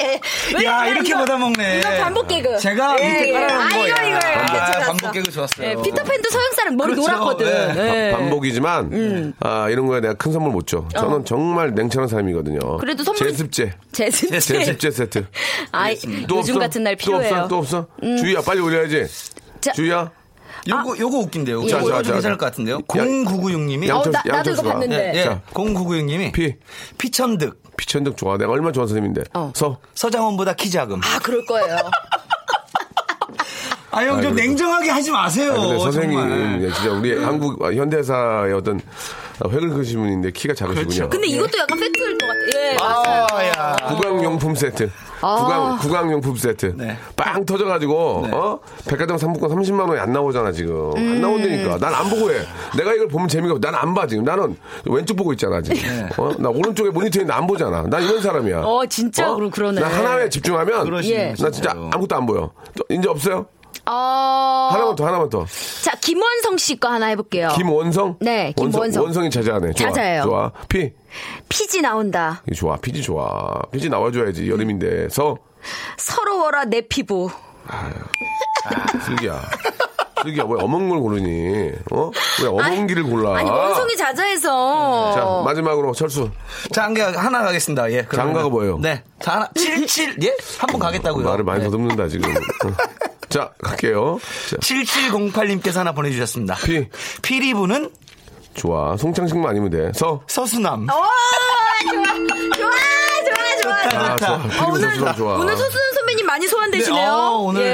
[SPEAKER 6] 예.
[SPEAKER 3] 야,
[SPEAKER 6] 왜냐면
[SPEAKER 3] 이렇게
[SPEAKER 6] 이거-
[SPEAKER 3] 받아 먹네.
[SPEAKER 6] 이거 반복 개그.
[SPEAKER 3] 제가 밑에 깔아놓은
[SPEAKER 6] 아,
[SPEAKER 3] 거예요.
[SPEAKER 6] 이거, 이거, 이거.
[SPEAKER 3] 아,
[SPEAKER 6] 괜찮았어.
[SPEAKER 3] 반복 개그 좋았어요.
[SPEAKER 6] 예, 피터팬도 서양 사람 머리
[SPEAKER 3] 그렇죠.
[SPEAKER 6] 노랗거든.
[SPEAKER 1] 서.
[SPEAKER 6] 예. 음.
[SPEAKER 1] 바- 반복이지만, 아, 이런 거에 내가 큰 선물 못 줘. 저는 정말 냉철한 사람이거든요.
[SPEAKER 6] 어. 그래도 선물-
[SPEAKER 1] 제습제.
[SPEAKER 6] 제습제.
[SPEAKER 1] 제습제 세트.
[SPEAKER 6] 아,
[SPEAKER 1] 또
[SPEAKER 6] 요즘
[SPEAKER 1] 없어?
[SPEAKER 6] 같은 날
[SPEAKER 1] 또
[SPEAKER 6] 필요해요. 음.
[SPEAKER 1] 없어? 또 없어? 주희야, 빨리 올려야지.
[SPEAKER 6] 자, 어,
[SPEAKER 1] 주희야.
[SPEAKER 6] 아.
[SPEAKER 3] 요거, 요거 웃긴데요.
[SPEAKER 1] 자,
[SPEAKER 3] 요거
[SPEAKER 1] 자,
[SPEAKER 3] 좀
[SPEAKER 1] 자.
[SPEAKER 3] 괜찮을 것 같은데요.
[SPEAKER 1] 양-
[SPEAKER 3] 0996님이.
[SPEAKER 1] 양철-
[SPEAKER 6] 나- 나도
[SPEAKER 1] 양철수가.
[SPEAKER 6] 이거 봤는데.
[SPEAKER 3] 예, 예.
[SPEAKER 1] 자.
[SPEAKER 3] 0996님이.
[SPEAKER 1] 피.
[SPEAKER 3] 피천득.
[SPEAKER 1] 피천득 좋아. 내가 얼마나 좋아하는 선생님인데.
[SPEAKER 6] 어.
[SPEAKER 1] 서.
[SPEAKER 3] 서장훈보다 키 작음.
[SPEAKER 6] 아, 그럴 거예요.
[SPEAKER 3] 아, 형, 좀
[SPEAKER 1] 그래도-
[SPEAKER 3] 냉정하게 하지 마세요.
[SPEAKER 1] 아, 근데 선생님,
[SPEAKER 3] 어, 정말.
[SPEAKER 1] 예, 진짜 우리
[SPEAKER 6] 음.
[SPEAKER 1] 한국 아, 현대사의 어떤 획을 그으신 분인데 키가 작으시군요.
[SPEAKER 6] 근데 이것도 약간 팩트일 것 같아. 예, 맞아요.
[SPEAKER 3] 아, 야.
[SPEAKER 1] 구강용품 세트.
[SPEAKER 6] 아.
[SPEAKER 1] 구강, 구강용품 세트.
[SPEAKER 3] 네.
[SPEAKER 1] 빵 터져가지고, 어? 백화점 상품권 30만원이 안 나오잖아, 지금.
[SPEAKER 6] 음.
[SPEAKER 1] 안 나온다니까. 난 안 보고 해. 내가 이걸 보면 재미가 없어. 난 안 봐, 지금. 나는 왼쪽 보고 있잖아, 지금.
[SPEAKER 3] 네.
[SPEAKER 1] 어? 나 오른쪽에 모니터인데 안 보잖아. 난 이런 사람이야.
[SPEAKER 6] 어, 진짜 그러- 그러네.
[SPEAKER 1] 나 하나에 집중하면,
[SPEAKER 3] 그러시네요,
[SPEAKER 6] 예.
[SPEAKER 1] 나 진짜
[SPEAKER 3] 진짜요.
[SPEAKER 1] 아무것도 안 보여. 또 이제 없어요?
[SPEAKER 6] 어.
[SPEAKER 1] 하나만 더, 하나만 더.
[SPEAKER 6] 자, 김원성 씨 거 하나 해볼게요.
[SPEAKER 1] 김원성?
[SPEAKER 6] 네, 김원성.
[SPEAKER 1] 원성, 이 자자하네. 좋아.
[SPEAKER 6] 자자해요.
[SPEAKER 1] 좋아. 피.
[SPEAKER 6] 피지 나온다.
[SPEAKER 1] 이거 좋아. 피지 좋아. 피지 나와줘야지. 여름인데. 서.
[SPEAKER 6] 서러워라 내 피부.
[SPEAKER 1] 슬기야. 슬기야, 왜 어멍 걸 고르니? 어? 왜 어멍기를 골라?
[SPEAKER 6] 아니 원성이 어. 자자해서.
[SPEAKER 1] 자, 마지막으로 철수.
[SPEAKER 3] 자, 한 개, 하나 가겠습니다. 예. 그러면-
[SPEAKER 1] 장가가 뭐예요?
[SPEAKER 3] 네. 자, 하나, 77, 예? 한 번 가겠다고요.
[SPEAKER 1] 말을 많이
[SPEAKER 3] 네.
[SPEAKER 1] 더듬는다, 지금. 어. 자, 갈게요. 자,
[SPEAKER 3] 7708님께서 하나 보내주셨습니다.
[SPEAKER 1] 피.
[SPEAKER 3] 피리부는
[SPEAKER 1] 좋아. 송창식만 아니면 돼. 서.
[SPEAKER 3] 서수남.
[SPEAKER 6] 오, 어, 좋아, 좋아, 좋아, 좋아.
[SPEAKER 1] 아, 좋아.
[SPEAKER 6] 어,
[SPEAKER 1] 피리부
[SPEAKER 6] 오늘
[SPEAKER 1] 선수랑 좋아.
[SPEAKER 6] 오늘 서수선 선배님 많이 소환되시네요.
[SPEAKER 3] 네, 어, 오늘
[SPEAKER 6] 예.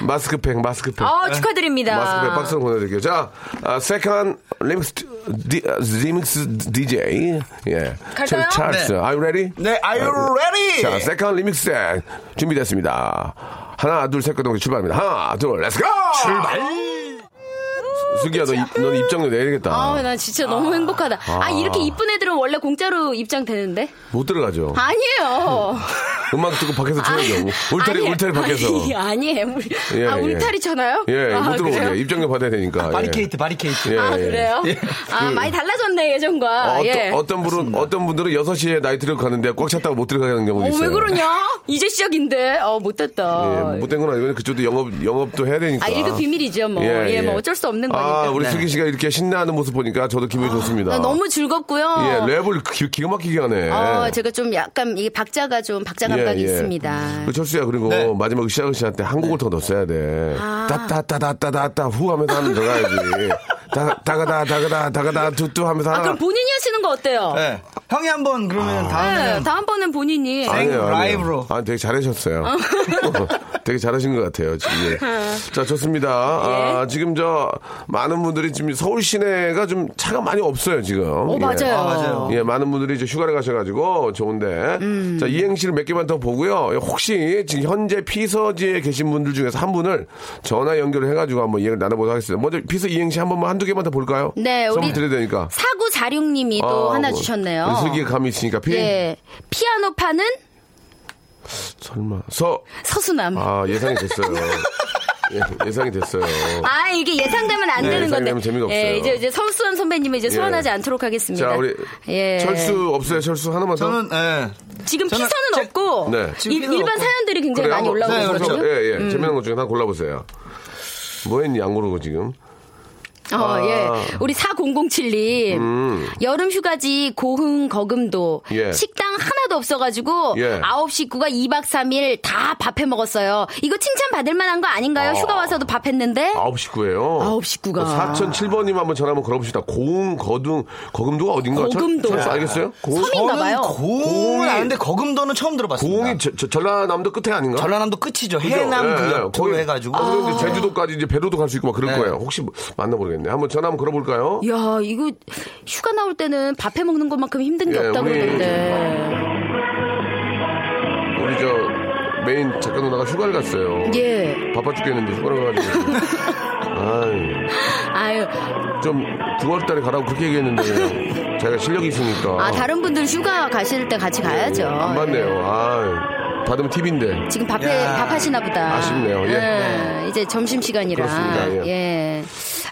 [SPEAKER 3] 예.
[SPEAKER 1] 마스크팩, 마스크팩.
[SPEAKER 6] 아, 축하드립니다.
[SPEAKER 1] 마스크팩 박스로 보내드릴게요. 자, 아, 세컨 리믹스, 디, 아, 리믹스 DJ. 예.
[SPEAKER 6] 갈까요?
[SPEAKER 1] 찰스.
[SPEAKER 3] 네.
[SPEAKER 1] Are you ready? 아, 그,
[SPEAKER 3] 네, are you ready?
[SPEAKER 1] 자, 세컨 리믹스 준비됐습니다. 하나, 둘, 셋, 끝으로 출발합니다. 하나, 둘, 렛츠고! 출발! 슬기야, 너, 입- 넌 입장료 내야겠다.
[SPEAKER 6] 아, 나 진짜 너무 행복하다. 아, 이렇게 이쁜 애들은 원래 공짜로 입장 되는데?
[SPEAKER 1] 못 들어가죠. [LAUGHS]
[SPEAKER 6] 아니에요.
[SPEAKER 1] 음악 듣고 밖에서 쳐야죠.
[SPEAKER 6] 아,
[SPEAKER 1] 울타리,
[SPEAKER 6] 아니에요.
[SPEAKER 1] 울타리 밖에서.
[SPEAKER 6] 아니, 아니에요. 울,
[SPEAKER 1] 예,
[SPEAKER 6] 아,
[SPEAKER 1] 예.
[SPEAKER 6] 울타리 쳐나요?
[SPEAKER 1] 예,
[SPEAKER 6] 아,
[SPEAKER 1] 못 들어오게.
[SPEAKER 6] 그래요?
[SPEAKER 1] 입장료 받아야 예. 되니까.
[SPEAKER 3] 바리케이트, 바리케이트.
[SPEAKER 1] 예.
[SPEAKER 6] 아,
[SPEAKER 1] 예, 예.
[SPEAKER 6] 그래요? 아, 많이 달라졌네, 예전과.
[SPEAKER 1] 어,
[SPEAKER 6] 예.
[SPEAKER 1] 떤 분은 어떤 분들은 6시에 나이트를 가는데 꽉 찼다가 못 들어가는 경우도
[SPEAKER 6] 어,
[SPEAKER 1] 있어요.
[SPEAKER 6] 왜 그러냐? 이제 시작인데. 어, 못됐다.
[SPEAKER 1] 예, 못된 건 아니고 그쪽도 영업 영업도 해야 되니까.
[SPEAKER 6] 아, 일도 비밀이죠, 뭐. 예, 뭐 어쩔 수 없는
[SPEAKER 1] 아,
[SPEAKER 6] 거니까. 네. 아,
[SPEAKER 1] 우리 슬기 씨가 이렇게 신나는 모습 보니까 저도 기분이 좋습니다.
[SPEAKER 6] 나 너무 즐겁고요.
[SPEAKER 1] 예, 랩을 기, 기가 막히게 하네.
[SPEAKER 6] 어, 제가 좀 약간 이게 박자가 좀 박자 감각이 있습니다.
[SPEAKER 1] 예, 그 철수야 그리고
[SPEAKER 3] 네.
[SPEAKER 1] 마지막 시아그씨한테 한 곡을 더 넣었어야 돼.
[SPEAKER 6] 아.
[SPEAKER 1] 따따따따따따따 후 하면서 하는
[SPEAKER 6] [LAUGHS]
[SPEAKER 1] 들어가야지. 다- 다가다 다가다 다가다 뚜뚜 하면서
[SPEAKER 6] 아,
[SPEAKER 1] 하나.
[SPEAKER 6] 그럼 본인이 하시는 거 어때요?
[SPEAKER 3] 네. 형이 한번
[SPEAKER 1] 아.
[SPEAKER 3] 그러면
[SPEAKER 6] 네,
[SPEAKER 3] 다음에
[SPEAKER 6] 다음번엔 본인이.
[SPEAKER 3] 아,
[SPEAKER 1] 아니에요, 예. 아니에요.
[SPEAKER 3] 라이브로.
[SPEAKER 1] 아, 되게 잘하셨어요. [LAUGHS] 되게 잘하신 것 같아요, 지금. 예. 자, 좋습니다.
[SPEAKER 6] 예.
[SPEAKER 1] 아, 지금 저, 많은 분들이 지금 서울 시내가 좀 차가 많이 없어요, 지금.
[SPEAKER 6] 어, 맞아요.
[SPEAKER 3] 아, 맞아요.
[SPEAKER 1] 예, 많은 분들이 이제 휴가를 가셔가지고 좋은데.
[SPEAKER 6] 음.
[SPEAKER 1] 자, 이행시를 몇 개만 더 보고요. 예, 혹시 지금 현재 피서지에 계신 분들 중에서 한 분을 전화 연결을 해가지고 한번 이행을 나눠보도록 하겠습니다. 먼저 피서 이행시 한 번만 한두 개만 더 볼까요?
[SPEAKER 6] 네,
[SPEAKER 1] 선물
[SPEAKER 6] 우리-
[SPEAKER 1] 드려야 되니까.
[SPEAKER 6] 사구자룡님이 또
[SPEAKER 1] 아,
[SPEAKER 6] 하나
[SPEAKER 1] 뭐,
[SPEAKER 6] 주셨네요.
[SPEAKER 1] 우리 슬기가 감이 있으니까 피?
[SPEAKER 6] 예. 피아노 파는
[SPEAKER 1] 설마. 서.
[SPEAKER 6] 서수남. 아,
[SPEAKER 1] 아 예상이 됐어요. 예, 상이 됐어요.
[SPEAKER 6] 아, 이게 예상되면 안
[SPEAKER 1] 네,
[SPEAKER 6] 되는 건데.
[SPEAKER 1] 예상되면 재미가
[SPEAKER 6] 예,
[SPEAKER 1] 없어요. 예.
[SPEAKER 6] 이제 이제 서수남 선배님의 이제 소환하지 않도록 하겠습니다.
[SPEAKER 1] 자 우리
[SPEAKER 6] 예.
[SPEAKER 1] 철수 없어요 철수 하나만 더.
[SPEAKER 3] 저는 예.
[SPEAKER 6] 지금
[SPEAKER 3] 저는
[SPEAKER 6] 피서는
[SPEAKER 3] 제-
[SPEAKER 6] 없고
[SPEAKER 1] 네.
[SPEAKER 3] 지금
[SPEAKER 6] 일,
[SPEAKER 3] 피서는
[SPEAKER 6] 일반
[SPEAKER 3] 없고.
[SPEAKER 6] 사연들이 굉장히 많이 음. 올라오고
[SPEAKER 3] 네,
[SPEAKER 6] 있거든요.
[SPEAKER 3] 그렇죠.
[SPEAKER 1] 예예 재미난 것 중에 하나 골라보세요. 뭐했니 안 고르고 지금?
[SPEAKER 6] 어,
[SPEAKER 1] 아. 음.
[SPEAKER 6] 예. 우리 4007님. 여름 휴가지 고흥 거금도
[SPEAKER 1] 예.
[SPEAKER 6] 식당 하나도 없어가지고
[SPEAKER 1] 예.
[SPEAKER 6] 아홉 식구가 2박 3일 다 밥해 먹었어요. 이거 칭찬 받을 만한 거 아닌가요? 휴가 와서도 밥했는데.
[SPEAKER 1] 아홉 식구예요.
[SPEAKER 6] 아홉 식구가.
[SPEAKER 1] 4007번님 한번 전화 한번 걸어봅시다. 고흥 거둥 거금도가 어딘가? 철-
[SPEAKER 6] 거금도. 아.
[SPEAKER 1] 철수 알겠어요? 고흥
[SPEAKER 6] 섬이-
[SPEAKER 3] 저는
[SPEAKER 6] 봐요.
[SPEAKER 3] 고흥은
[SPEAKER 1] 고흥이-
[SPEAKER 3] 아는데 거금도는 처음 들어봤습니다.
[SPEAKER 1] 고흥이 저- 저- 전라남도 끝에 아닌가?
[SPEAKER 3] 전라남도 끝이죠.
[SPEAKER 1] 그죠?
[SPEAKER 3] 해남
[SPEAKER 1] 예,
[SPEAKER 3] 그
[SPEAKER 1] 예.
[SPEAKER 3] 옆으로
[SPEAKER 1] 거기-
[SPEAKER 3] 해가지고
[SPEAKER 6] 아,
[SPEAKER 1] 거기 이제 제주도까지 이제 배로도 갈 수 있고 막 그럴
[SPEAKER 3] 네.
[SPEAKER 1] 거예요. 혹시 뭐- 맞나 모르겠네. 한번 전화 한번 걸어볼까요?
[SPEAKER 6] 야, 이거 휴가 나올 때는 밥해 먹는 것만큼 힘든 게
[SPEAKER 1] 예,
[SPEAKER 6] 없다고
[SPEAKER 1] 우리-
[SPEAKER 6] 그러던데.
[SPEAKER 1] 우리 저 메인 작가 누나가 휴가를 갔어요.
[SPEAKER 6] 예.
[SPEAKER 1] 바빠 죽겠는데 휴가를 가가지고. 아이,
[SPEAKER 6] 아유.
[SPEAKER 1] 좀 9월 달에 가라고 그렇게 얘기했는데 자기가 실력이 있으니까.
[SPEAKER 6] 아, 다른 분들 휴가 가실 때 같이 가야죠.
[SPEAKER 1] 안
[SPEAKER 6] 예.
[SPEAKER 1] 받네요. 아, 받으면 팁인데.
[SPEAKER 6] 지금 밥해
[SPEAKER 3] 야.
[SPEAKER 6] 밥하시나 보다.
[SPEAKER 1] 아쉽네요. 예.
[SPEAKER 6] 이제 점심 시간이라.
[SPEAKER 1] 그렇습니다. 예.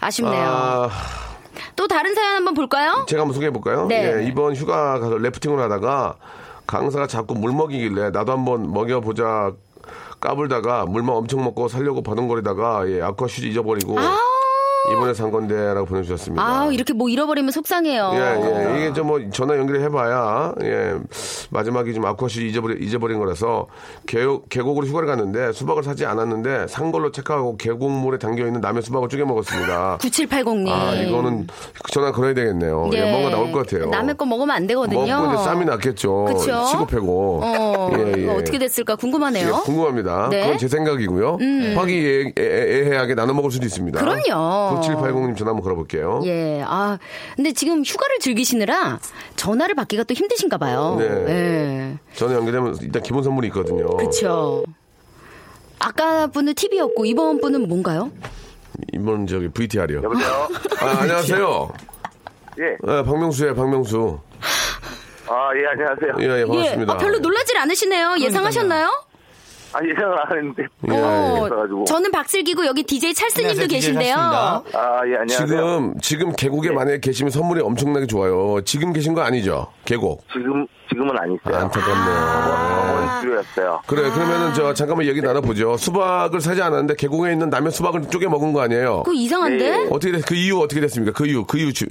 [SPEAKER 6] 아쉽네요.
[SPEAKER 1] 아,
[SPEAKER 6] 또 다른 사연 한번 볼까요?
[SPEAKER 1] 제가 한번 소개해 볼까요?
[SPEAKER 6] 네.
[SPEAKER 1] 예, 이번 휴가 가서 래프팅을 하다가 강사가 자꾸 물 먹이길래 나도 한번 먹여보자 까불다가 물만 엄청 먹고 살려고 바둥거리다가 예, 아쿠아슈즈 잊어버리고 이번에 산 건데라고 보내주셨습니다.
[SPEAKER 6] 아, 이렇게 뭐 잃어버리면 속상해요.
[SPEAKER 1] 예, 예. 이게 좀 뭐 전화 연결해봐야, 예. 마지막에 좀 아쿠아시 잊어버린, 잊어버린 거라서, 계곡, 계곡으로 휴가를 갔는데, 수박을 사지 않았는데, 산 걸로 체크하고 계곡물에 담겨있는 남의 수박을 쪼개 먹었습니다.
[SPEAKER 6] 네. 9780님.
[SPEAKER 1] 아, 이거는 전화 걸어야 되겠네요. 예, 뭔가 나올 것 같아요.
[SPEAKER 6] 남의 거 먹으면 안 되거든요.
[SPEAKER 1] 먹고 이제 쌈이 났겠죠.
[SPEAKER 6] 그쵸?
[SPEAKER 1] 치고 패고. [LAUGHS]
[SPEAKER 6] 어, 이거 어떻게 됐을까 궁금하네요.
[SPEAKER 1] 예, 궁금합니다.
[SPEAKER 6] 네. 음.
[SPEAKER 1] 그건 제 생각이고요. 화기애애하게 나눠 먹을 수도 있습니다.
[SPEAKER 6] 그럼요.
[SPEAKER 1] 9780님 전화 한번 걸어볼게요.
[SPEAKER 6] 예, 아, 근데 지금 휴가를 즐기시느라 전화를 받기가 또 힘드신가 봐요.
[SPEAKER 1] 네.
[SPEAKER 6] 예.
[SPEAKER 1] 전화 연결되면 일단 기본 선물이 있거든요.
[SPEAKER 6] 그쵸. 아까 분은 팁이었고, 이번 분은 뭔가요?
[SPEAKER 1] 이번 저기 VTR이요.
[SPEAKER 7] 여보세요?
[SPEAKER 1] 아, 안녕하세요.
[SPEAKER 7] [LAUGHS] 예.
[SPEAKER 1] 예, 박명수예요, 박명수.
[SPEAKER 7] [LAUGHS] 아, 예, 안녕하세요.
[SPEAKER 1] 예, 예, 반갑습니다.
[SPEAKER 6] 예, 아, 별로 놀라질 않으시네요. 예상하셨나요?
[SPEAKER 7] 아, 예상을 안 했는데.
[SPEAKER 1] 예, 예.
[SPEAKER 6] 어,
[SPEAKER 7] 있어가지고.
[SPEAKER 6] 저는 박슬기고 여기 DJ 찰스님도
[SPEAKER 3] 안녕하세요, DJ
[SPEAKER 6] 계신데요.
[SPEAKER 3] 찰스입니다.
[SPEAKER 7] 아, 예, 안녕하세요. 예. 지금,
[SPEAKER 1] 지금 지금 계곡에 만약에 계시면 선물이 엄청나게 좋아요. 지금 계신 거 아니죠? 계곡.
[SPEAKER 7] 지금 지금은 안 있어요. 아,
[SPEAKER 1] 안타깝네요. 아, 예.
[SPEAKER 7] 저번 주였어요.
[SPEAKER 1] 그래, 그러면은 저 잠깐만 얘기 나눠보죠. 수박을 사지 않았는데 계곡에 있는 남의 수박을 쪼개 먹은 거 아니에요?
[SPEAKER 6] 그거 이상한데?
[SPEAKER 7] 네.
[SPEAKER 1] 어떻게 됐, 그 이유 어떻게 됐습니까? 그 이유, 그 이유 주-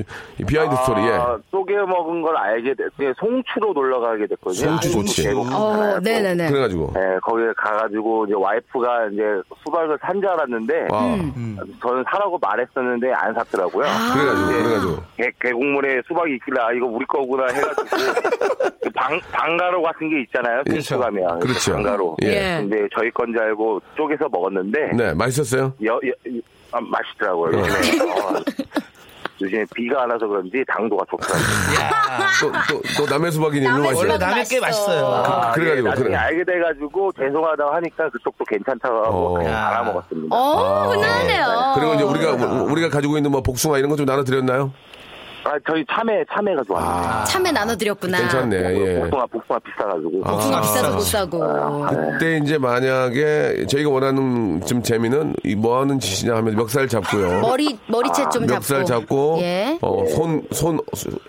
[SPEAKER 1] 비하인드 스토리. 예.
[SPEAKER 7] 아, 또 쪼개 먹은 걸 알게 됐어요. 송추로 놀러 가게 됐거든요.
[SPEAKER 1] 송추 좋지.
[SPEAKER 7] 계곡
[SPEAKER 6] 어,
[SPEAKER 7] 가잖아요.
[SPEAKER 6] 네네네.
[SPEAKER 1] 그래가지고.
[SPEAKER 7] 예, 거기에 가가지고 이제 와이프가 이제 수박을 산 줄 알았는데
[SPEAKER 1] 아,
[SPEAKER 7] 저는 사라고 말했었는데 안 샀더라고요.
[SPEAKER 1] 그래가지고,
[SPEAKER 7] 이제
[SPEAKER 1] 그래가지고.
[SPEAKER 7] 개, 계곡물에 수박이 있길래 아 이거 우리 거구나 해가지고 그 방, 방가루 같은 게 있잖아요.
[SPEAKER 3] 그렇죠.
[SPEAKER 7] 그렇죠. 가면
[SPEAKER 1] 그렇죠.
[SPEAKER 7] 방가루.
[SPEAKER 1] 예.
[SPEAKER 7] 근데 저희 건 줄 알고 쪼개서 먹었는데
[SPEAKER 1] 네, 맛있었어요?
[SPEAKER 7] 여, 여- 아, 맛있더라고요. 요즘에,
[SPEAKER 1] [LAUGHS]
[SPEAKER 7] 어, 요즘에 비가 안 와서 그런지 당도가 좋더라고요.
[SPEAKER 1] 또, 또, 또 남의 수박이니 일로
[SPEAKER 6] 남의
[SPEAKER 1] 와시죠.
[SPEAKER 3] 원래
[SPEAKER 6] 수박.
[SPEAKER 3] 남의 꽤
[SPEAKER 6] 맛있어.
[SPEAKER 3] 맛있어요.
[SPEAKER 7] 아,
[SPEAKER 1] 그래가지고,
[SPEAKER 7] 예, 나중에
[SPEAKER 1] 그래.
[SPEAKER 7] 알게 돼가지고 죄송하다고 하니까 그쪽도 괜찮다고
[SPEAKER 1] 어.
[SPEAKER 7] 그냥 알아먹었습니다.
[SPEAKER 6] 어, 훈훈하네요.
[SPEAKER 1] 그리고 이제 우리가,
[SPEAKER 6] 어.
[SPEAKER 1] 우리가 가지고 있는 뭐 복숭아 이런 것 좀 나눠드렸나요?
[SPEAKER 7] 아, 저희 참외, 참외가 좋아요.
[SPEAKER 6] 참외 나눠드렸구나.
[SPEAKER 1] 괜찮네, 예.
[SPEAKER 7] 어, 복숭아, 복숭아 비싸가지고.
[SPEAKER 6] 복숭아 비싸서
[SPEAKER 1] 네.
[SPEAKER 6] 못 사고.
[SPEAKER 1] 그때 이제 만약에 저희가 원하는 좀 재미는 이 뭐 하는 짓이냐 하면 멱살 잡고요.
[SPEAKER 6] 머리, 머리채 좀 잡고.
[SPEAKER 1] 멱살 잡고,
[SPEAKER 6] 예.
[SPEAKER 1] 어, 손, 손,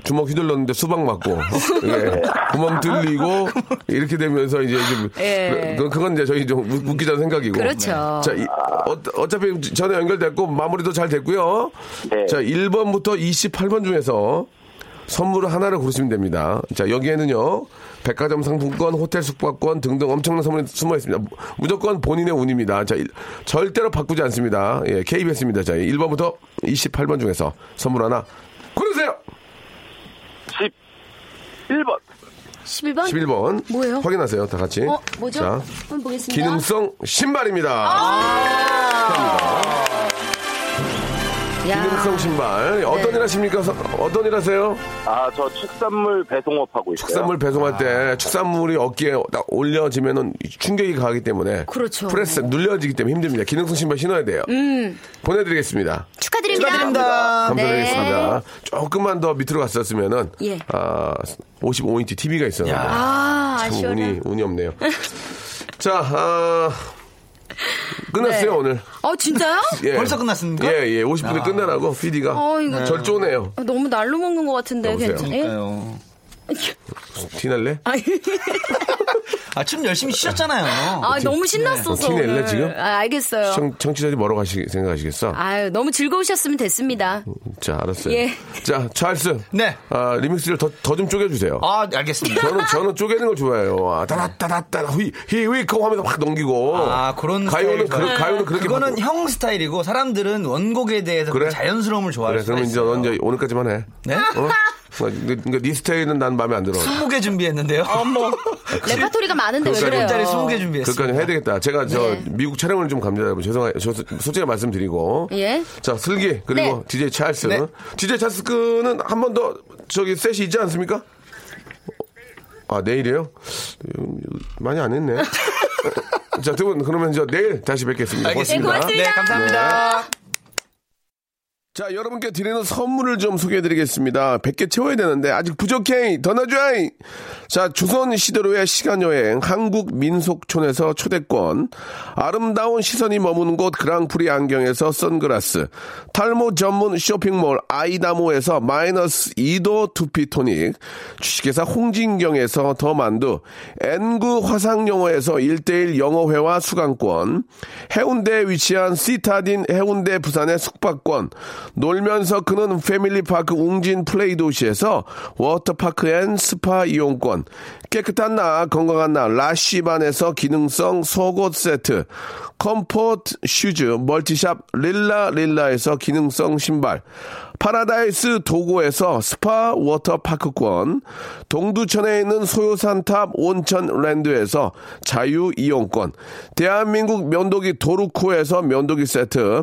[SPEAKER 1] 주먹 휘둘렀는데 수박
[SPEAKER 6] [LAUGHS]
[SPEAKER 1] 맞고, 예. 구멍 뚫리고, 이렇게 되면서 이제 좀,
[SPEAKER 6] 예.
[SPEAKER 1] 그, 그건 이제 저희 좀 웃- 웃기자는 생각이고.
[SPEAKER 6] 그렇죠.
[SPEAKER 1] 자, 이- 어, 어차피 전에 연결됐고, 마무리도 잘 됐고요.
[SPEAKER 7] 네.
[SPEAKER 1] 자, 1번부터 28번 중에서 선물을 하나를 고르시면 됩니다. 자, 여기에는요, 백화점 상품권, 호텔 숙박권 등등 엄청난 선물이 숨어 있습니다. 무조건 본인의 운입니다. 자, 일- 절대로 바꾸지 않습니다. 예, KBS입니다. 자, 1번부터 28번 중에서 선물 하나 고르세요!
[SPEAKER 7] 1번.
[SPEAKER 6] 11번?
[SPEAKER 1] 11번.
[SPEAKER 6] 뭐예요?
[SPEAKER 1] 확인하세요, 다 같이.
[SPEAKER 6] 어, 뭐죠? 아!
[SPEAKER 1] 자,
[SPEAKER 6] 한번 보겠습니다.
[SPEAKER 1] 기능성 신발입니다.
[SPEAKER 6] 야.
[SPEAKER 1] 기능성 신발. 어떤 일 하십니까? 서- 어떤 일 하세요?
[SPEAKER 7] 아, 저 축산물 배송업 하고 있어요.
[SPEAKER 1] 축산물 배송할 때 축산물이 어깨에 딱 올려지면은 충격이 가기 때문에
[SPEAKER 6] 그렇죠.
[SPEAKER 1] 프레스 눌려지기 때문에 힘듭니다. 기능성 신발 신어야 돼요.
[SPEAKER 6] 음.
[SPEAKER 1] 보내드리겠습니다.
[SPEAKER 6] 축하드립니다.
[SPEAKER 3] 축하드립니다.
[SPEAKER 1] 감사드리겠습니다. 조금만 더 밑으로 갔었으면은
[SPEAKER 6] 아, 네. 예.
[SPEAKER 1] 아, 55인치 TV가 있었는데
[SPEAKER 6] 아,
[SPEAKER 1] 참
[SPEAKER 6] 아쉬워라.
[SPEAKER 1] 운이 운이 없네요. [LAUGHS] 자, 아, 끝났어요
[SPEAKER 6] 네.
[SPEAKER 1] 오늘.
[SPEAKER 6] 어, 진짜요?
[SPEAKER 1] 예.
[SPEAKER 3] 벌써 끝났습니까?
[SPEAKER 1] 예, 예. 50분에 끝나라고 PD가
[SPEAKER 6] 어, 이거
[SPEAKER 1] 절 쪼네요.
[SPEAKER 6] 아, 너무 날로 먹는 것 같은데
[SPEAKER 1] 여보세요?
[SPEAKER 6] 괜찮아요? 예?
[SPEAKER 3] 예. 네.
[SPEAKER 1] 티날래?
[SPEAKER 3] 아침 열심히 쉬셨잖아요. 네.
[SPEAKER 6] 아, 너무 신났어서.
[SPEAKER 1] 티 네. 낼래,
[SPEAKER 6] 오늘.
[SPEAKER 1] 지금?
[SPEAKER 6] 아, 알겠어요.
[SPEAKER 1] 청, 청취자들이 뭐라고 하시, 생각하시겠어?
[SPEAKER 6] 아유, 너무 즐거우셨으면 됐습니다.
[SPEAKER 1] 자, 알았어요.
[SPEAKER 6] 예.
[SPEAKER 1] 자, 찰스.
[SPEAKER 3] 네.
[SPEAKER 1] 아, 리믹스를 더, 더 좀 쪼개주세요.
[SPEAKER 3] 아, 알겠습니다.
[SPEAKER 1] 저는, 저는 쪼개는 걸 좋아해요. 아, 따라따라따라, 휘, 휘, 휘, 그 하면서 확 넘기고.
[SPEAKER 6] 네.
[SPEAKER 3] 아,
[SPEAKER 1] 가요는,
[SPEAKER 3] 그런 스타일
[SPEAKER 1] 그,
[SPEAKER 3] 좋아해요. 네.
[SPEAKER 1] 가요는 그렇게.
[SPEAKER 3] 그거는
[SPEAKER 1] 바꿔.
[SPEAKER 3] 형 스타일이고 사람들은 원곡에 대해서
[SPEAKER 1] 그래?
[SPEAKER 3] 그 자연스러움을 좋아할
[SPEAKER 1] 그래,
[SPEAKER 3] 수가
[SPEAKER 1] 그러면 이제
[SPEAKER 3] 있어요.
[SPEAKER 1] 넌 이제 오늘까지만 해.
[SPEAKER 3] 네? [LAUGHS]
[SPEAKER 1] 어? 그러니까, 그네 스타일은 난 마음에 안 들어.
[SPEAKER 3] 20개 준비했는데요. [LAUGHS] 어머.
[SPEAKER 1] 그
[SPEAKER 6] 레파토리가 많은데 왜 그래요?
[SPEAKER 3] 10분짜리 20개 준비했어요.
[SPEAKER 1] 아, 뭐. 그까지 해야 되겠다. 제가 저
[SPEAKER 6] 네.
[SPEAKER 1] 미국 촬영을 좀 갑니다, 여러분. 죄송해요. 저 소- 솔직히 말씀드리고.
[SPEAKER 6] 예.
[SPEAKER 1] 자, 슬기 그리고
[SPEAKER 6] 네.
[SPEAKER 1] DJ 찰스.
[SPEAKER 3] 네.
[SPEAKER 1] DJ 찰스 는 한 번 더 저기 셋이 있지 않습니까? 아, 내일이에요? 음, 많이 안 했네. [LAUGHS] 자, 두 분 그러면 저 내일 다시 뵙겠습니다.
[SPEAKER 3] 알겠습니다.
[SPEAKER 1] 고맙습니다.
[SPEAKER 3] 네, 감사합니다.
[SPEAKER 1] 자, 여러분께 드리는 선물을 좀 소개해드리겠습니다. 100개 채워야 되는데, 아직 부족해! 더 넣어줘야! 자, 조선시대로의 시간여행, 한국민속촌에서 초대권, 아름다운 시선이 머무는 곳 그랑프리 안경에서 선글라스, 탈모 전문 쇼핑몰 아이다모에서 마이너스 2도 두피토닉, 주식회사 홍진경에서 더 만두, N구 화상영어에서 1대1 영어회화 수강권, 해운대에 위치한 시타딘 해운대 부산의 숙박권, 놀면서 그는 패밀리파크 웅진 플레이 도시에서 워터파크 앤 스파 이용권, 깨끗한 나 건강한 나 라쉬반에서 기능성 속옷 세트, 컴포트 슈즈 멀티샵 릴라 릴라에서 기능성 신발, 파라다이스 도고에서 스파 워터파크권, 동두천에 있는 소요산탑 온천랜드에서 자유이용권, 대한민국 면도기 도루코에서 면도기 세트,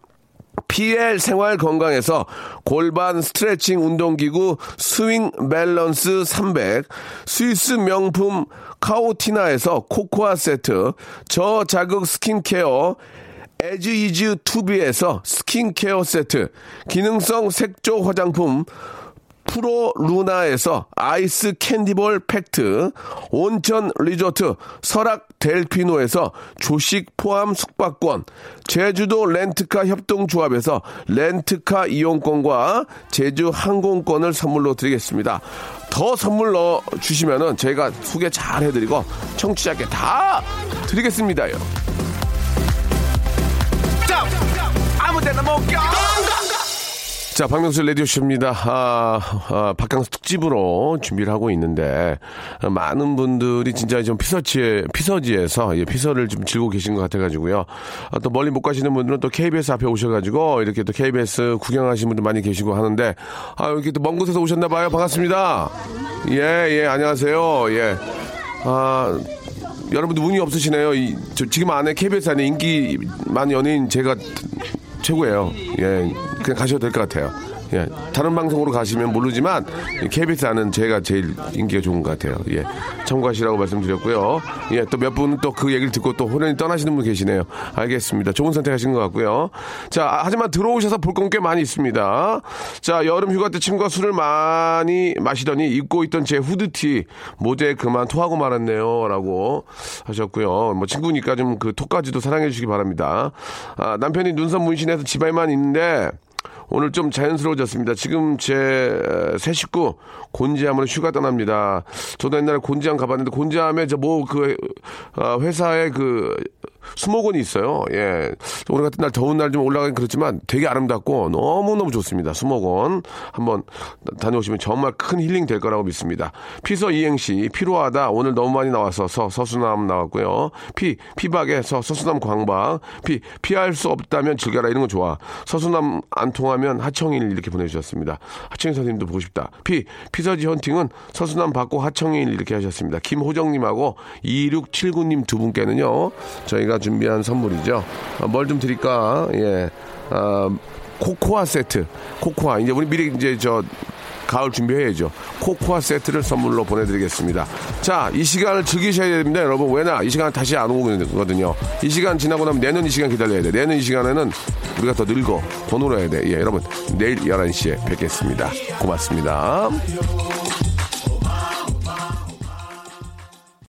[SPEAKER 1] PL 생활 건강에서 골반 스트레칭 운동기구 스윙 밸런스 300, 스위스 명품 카오티나에서 코코아 세트, 저자극 스킨케어, 에즈 이즈 투비에서 스킨케어 세트, 기능성 색조 화장품, 프로 루나에서 아이스 캔디볼 팩트, 온천 리조트 설악 델피노에서 조식 포함 숙박권, 제주도 렌트카 협동조합에서 렌트카 이용권과 제주 항공권을 선물로 드리겠습니다. 더 선물 넣어 주시면은 저희가 소개 잘 해드리고 청취자께 다 드리겠습니다요. 자, 박명수 레디오쇼입니다. 아, 아, 박강수 특집으로 준비를 하고 있는데, 아, 많은 분들이 진짜 좀 피서지에, 피서지에서, 예, 피서를 좀 즐고 계신 것 같아가지고요. 아, 또 멀리 못 가시는 분들은 또 KBS 앞에 오셔가지고, 이렇게 또 KBS 구경하시는 분들 많이 계시고 하는데, 아, 여기 또 먼 곳에서 오셨나봐요. 반갑습니다. 예, 예, 안녕하세요. 예. 아, 여러분들 운이 없으시네요. 이, 저, 지금 안에 KBS 안에 인기 많은 연예인 제가 최고예요. 예, 그냥 가셔도 될 것 같아요. 예, 다른 방송으로 가시면 모르지만 이 KBS 안은 제가 제일 인기가 좋은 것 같아요. 예, 참고하시라고 말씀드렸고요. 예, 또 몇 분은 또 그 얘기를 듣고 또 호련히 떠나시는 분 계시네요. 알겠습니다. 좋은 선택하신 것 같고요. 자, 아, 하지만 들어오셔서 볼 건 꽤 많이 있습니다. 자, 여름 휴가 때 친구가 술을 많이 마시더니 입고 있던 제 후드티 모자에 그만 토하고 말았네요라고 하셨고요. 뭐 친구니까 좀 그 토까지도 사랑해 주시기 바랍니다. 아, 남편이 눈썹 문신해서 집에만 있는데 오늘 좀 자연스러워졌습니다. 지금 제 새 식구 곤지암으로 휴가 떠납니다. 저도 옛날에 곤지암 가봤는데 곤지암에 저 뭐 그 회사에 그 수목원이 있어요. 예. 오늘 같은 날 더운 날 좀 올라가긴 그렇지만 되게 아름답고 너무너무 좋습니다. 수목원 한번 다녀오시면 정말 큰 힐링 될 거라고 믿습니다. 피서 이행시 피로하다 오늘 너무 많이 나와서 서, 서수남 나왔고요. 피 피박에 서 서수남 광박 피 피할 수 없다면 즐겨라 이런 거 좋아. 서수남 안 통하면 하청일 이렇게 보내주셨습니다. 하청일 선생님도 보고 싶다. 피 피서지 헌팅은 서수남 받고 하청일 이렇게 하셨습니다. 김호정님하고 2679님 두 분께는요 저희가 준비한 선물이죠. 아, 뭘 좀 드릴까? 예, 아, 코코아 세트, 코코아 이제 우리 미리 이제 저 가을 준비해야죠. 코코아 세트를 선물로 보내드리겠습니다. 자, 이 시간을 즐기셔야 됩니다, 여러분. 왜냐? 이 시간 다시 안 오거든요. 이 시간 지나고 나면 내년 이 시간 기다려야 돼. 내년 이 시간에는 우리가 더 늙어, 더 놀아야 돼. 예, 여러분. 내일 11시에 뵙겠습니다. 고맙습니다.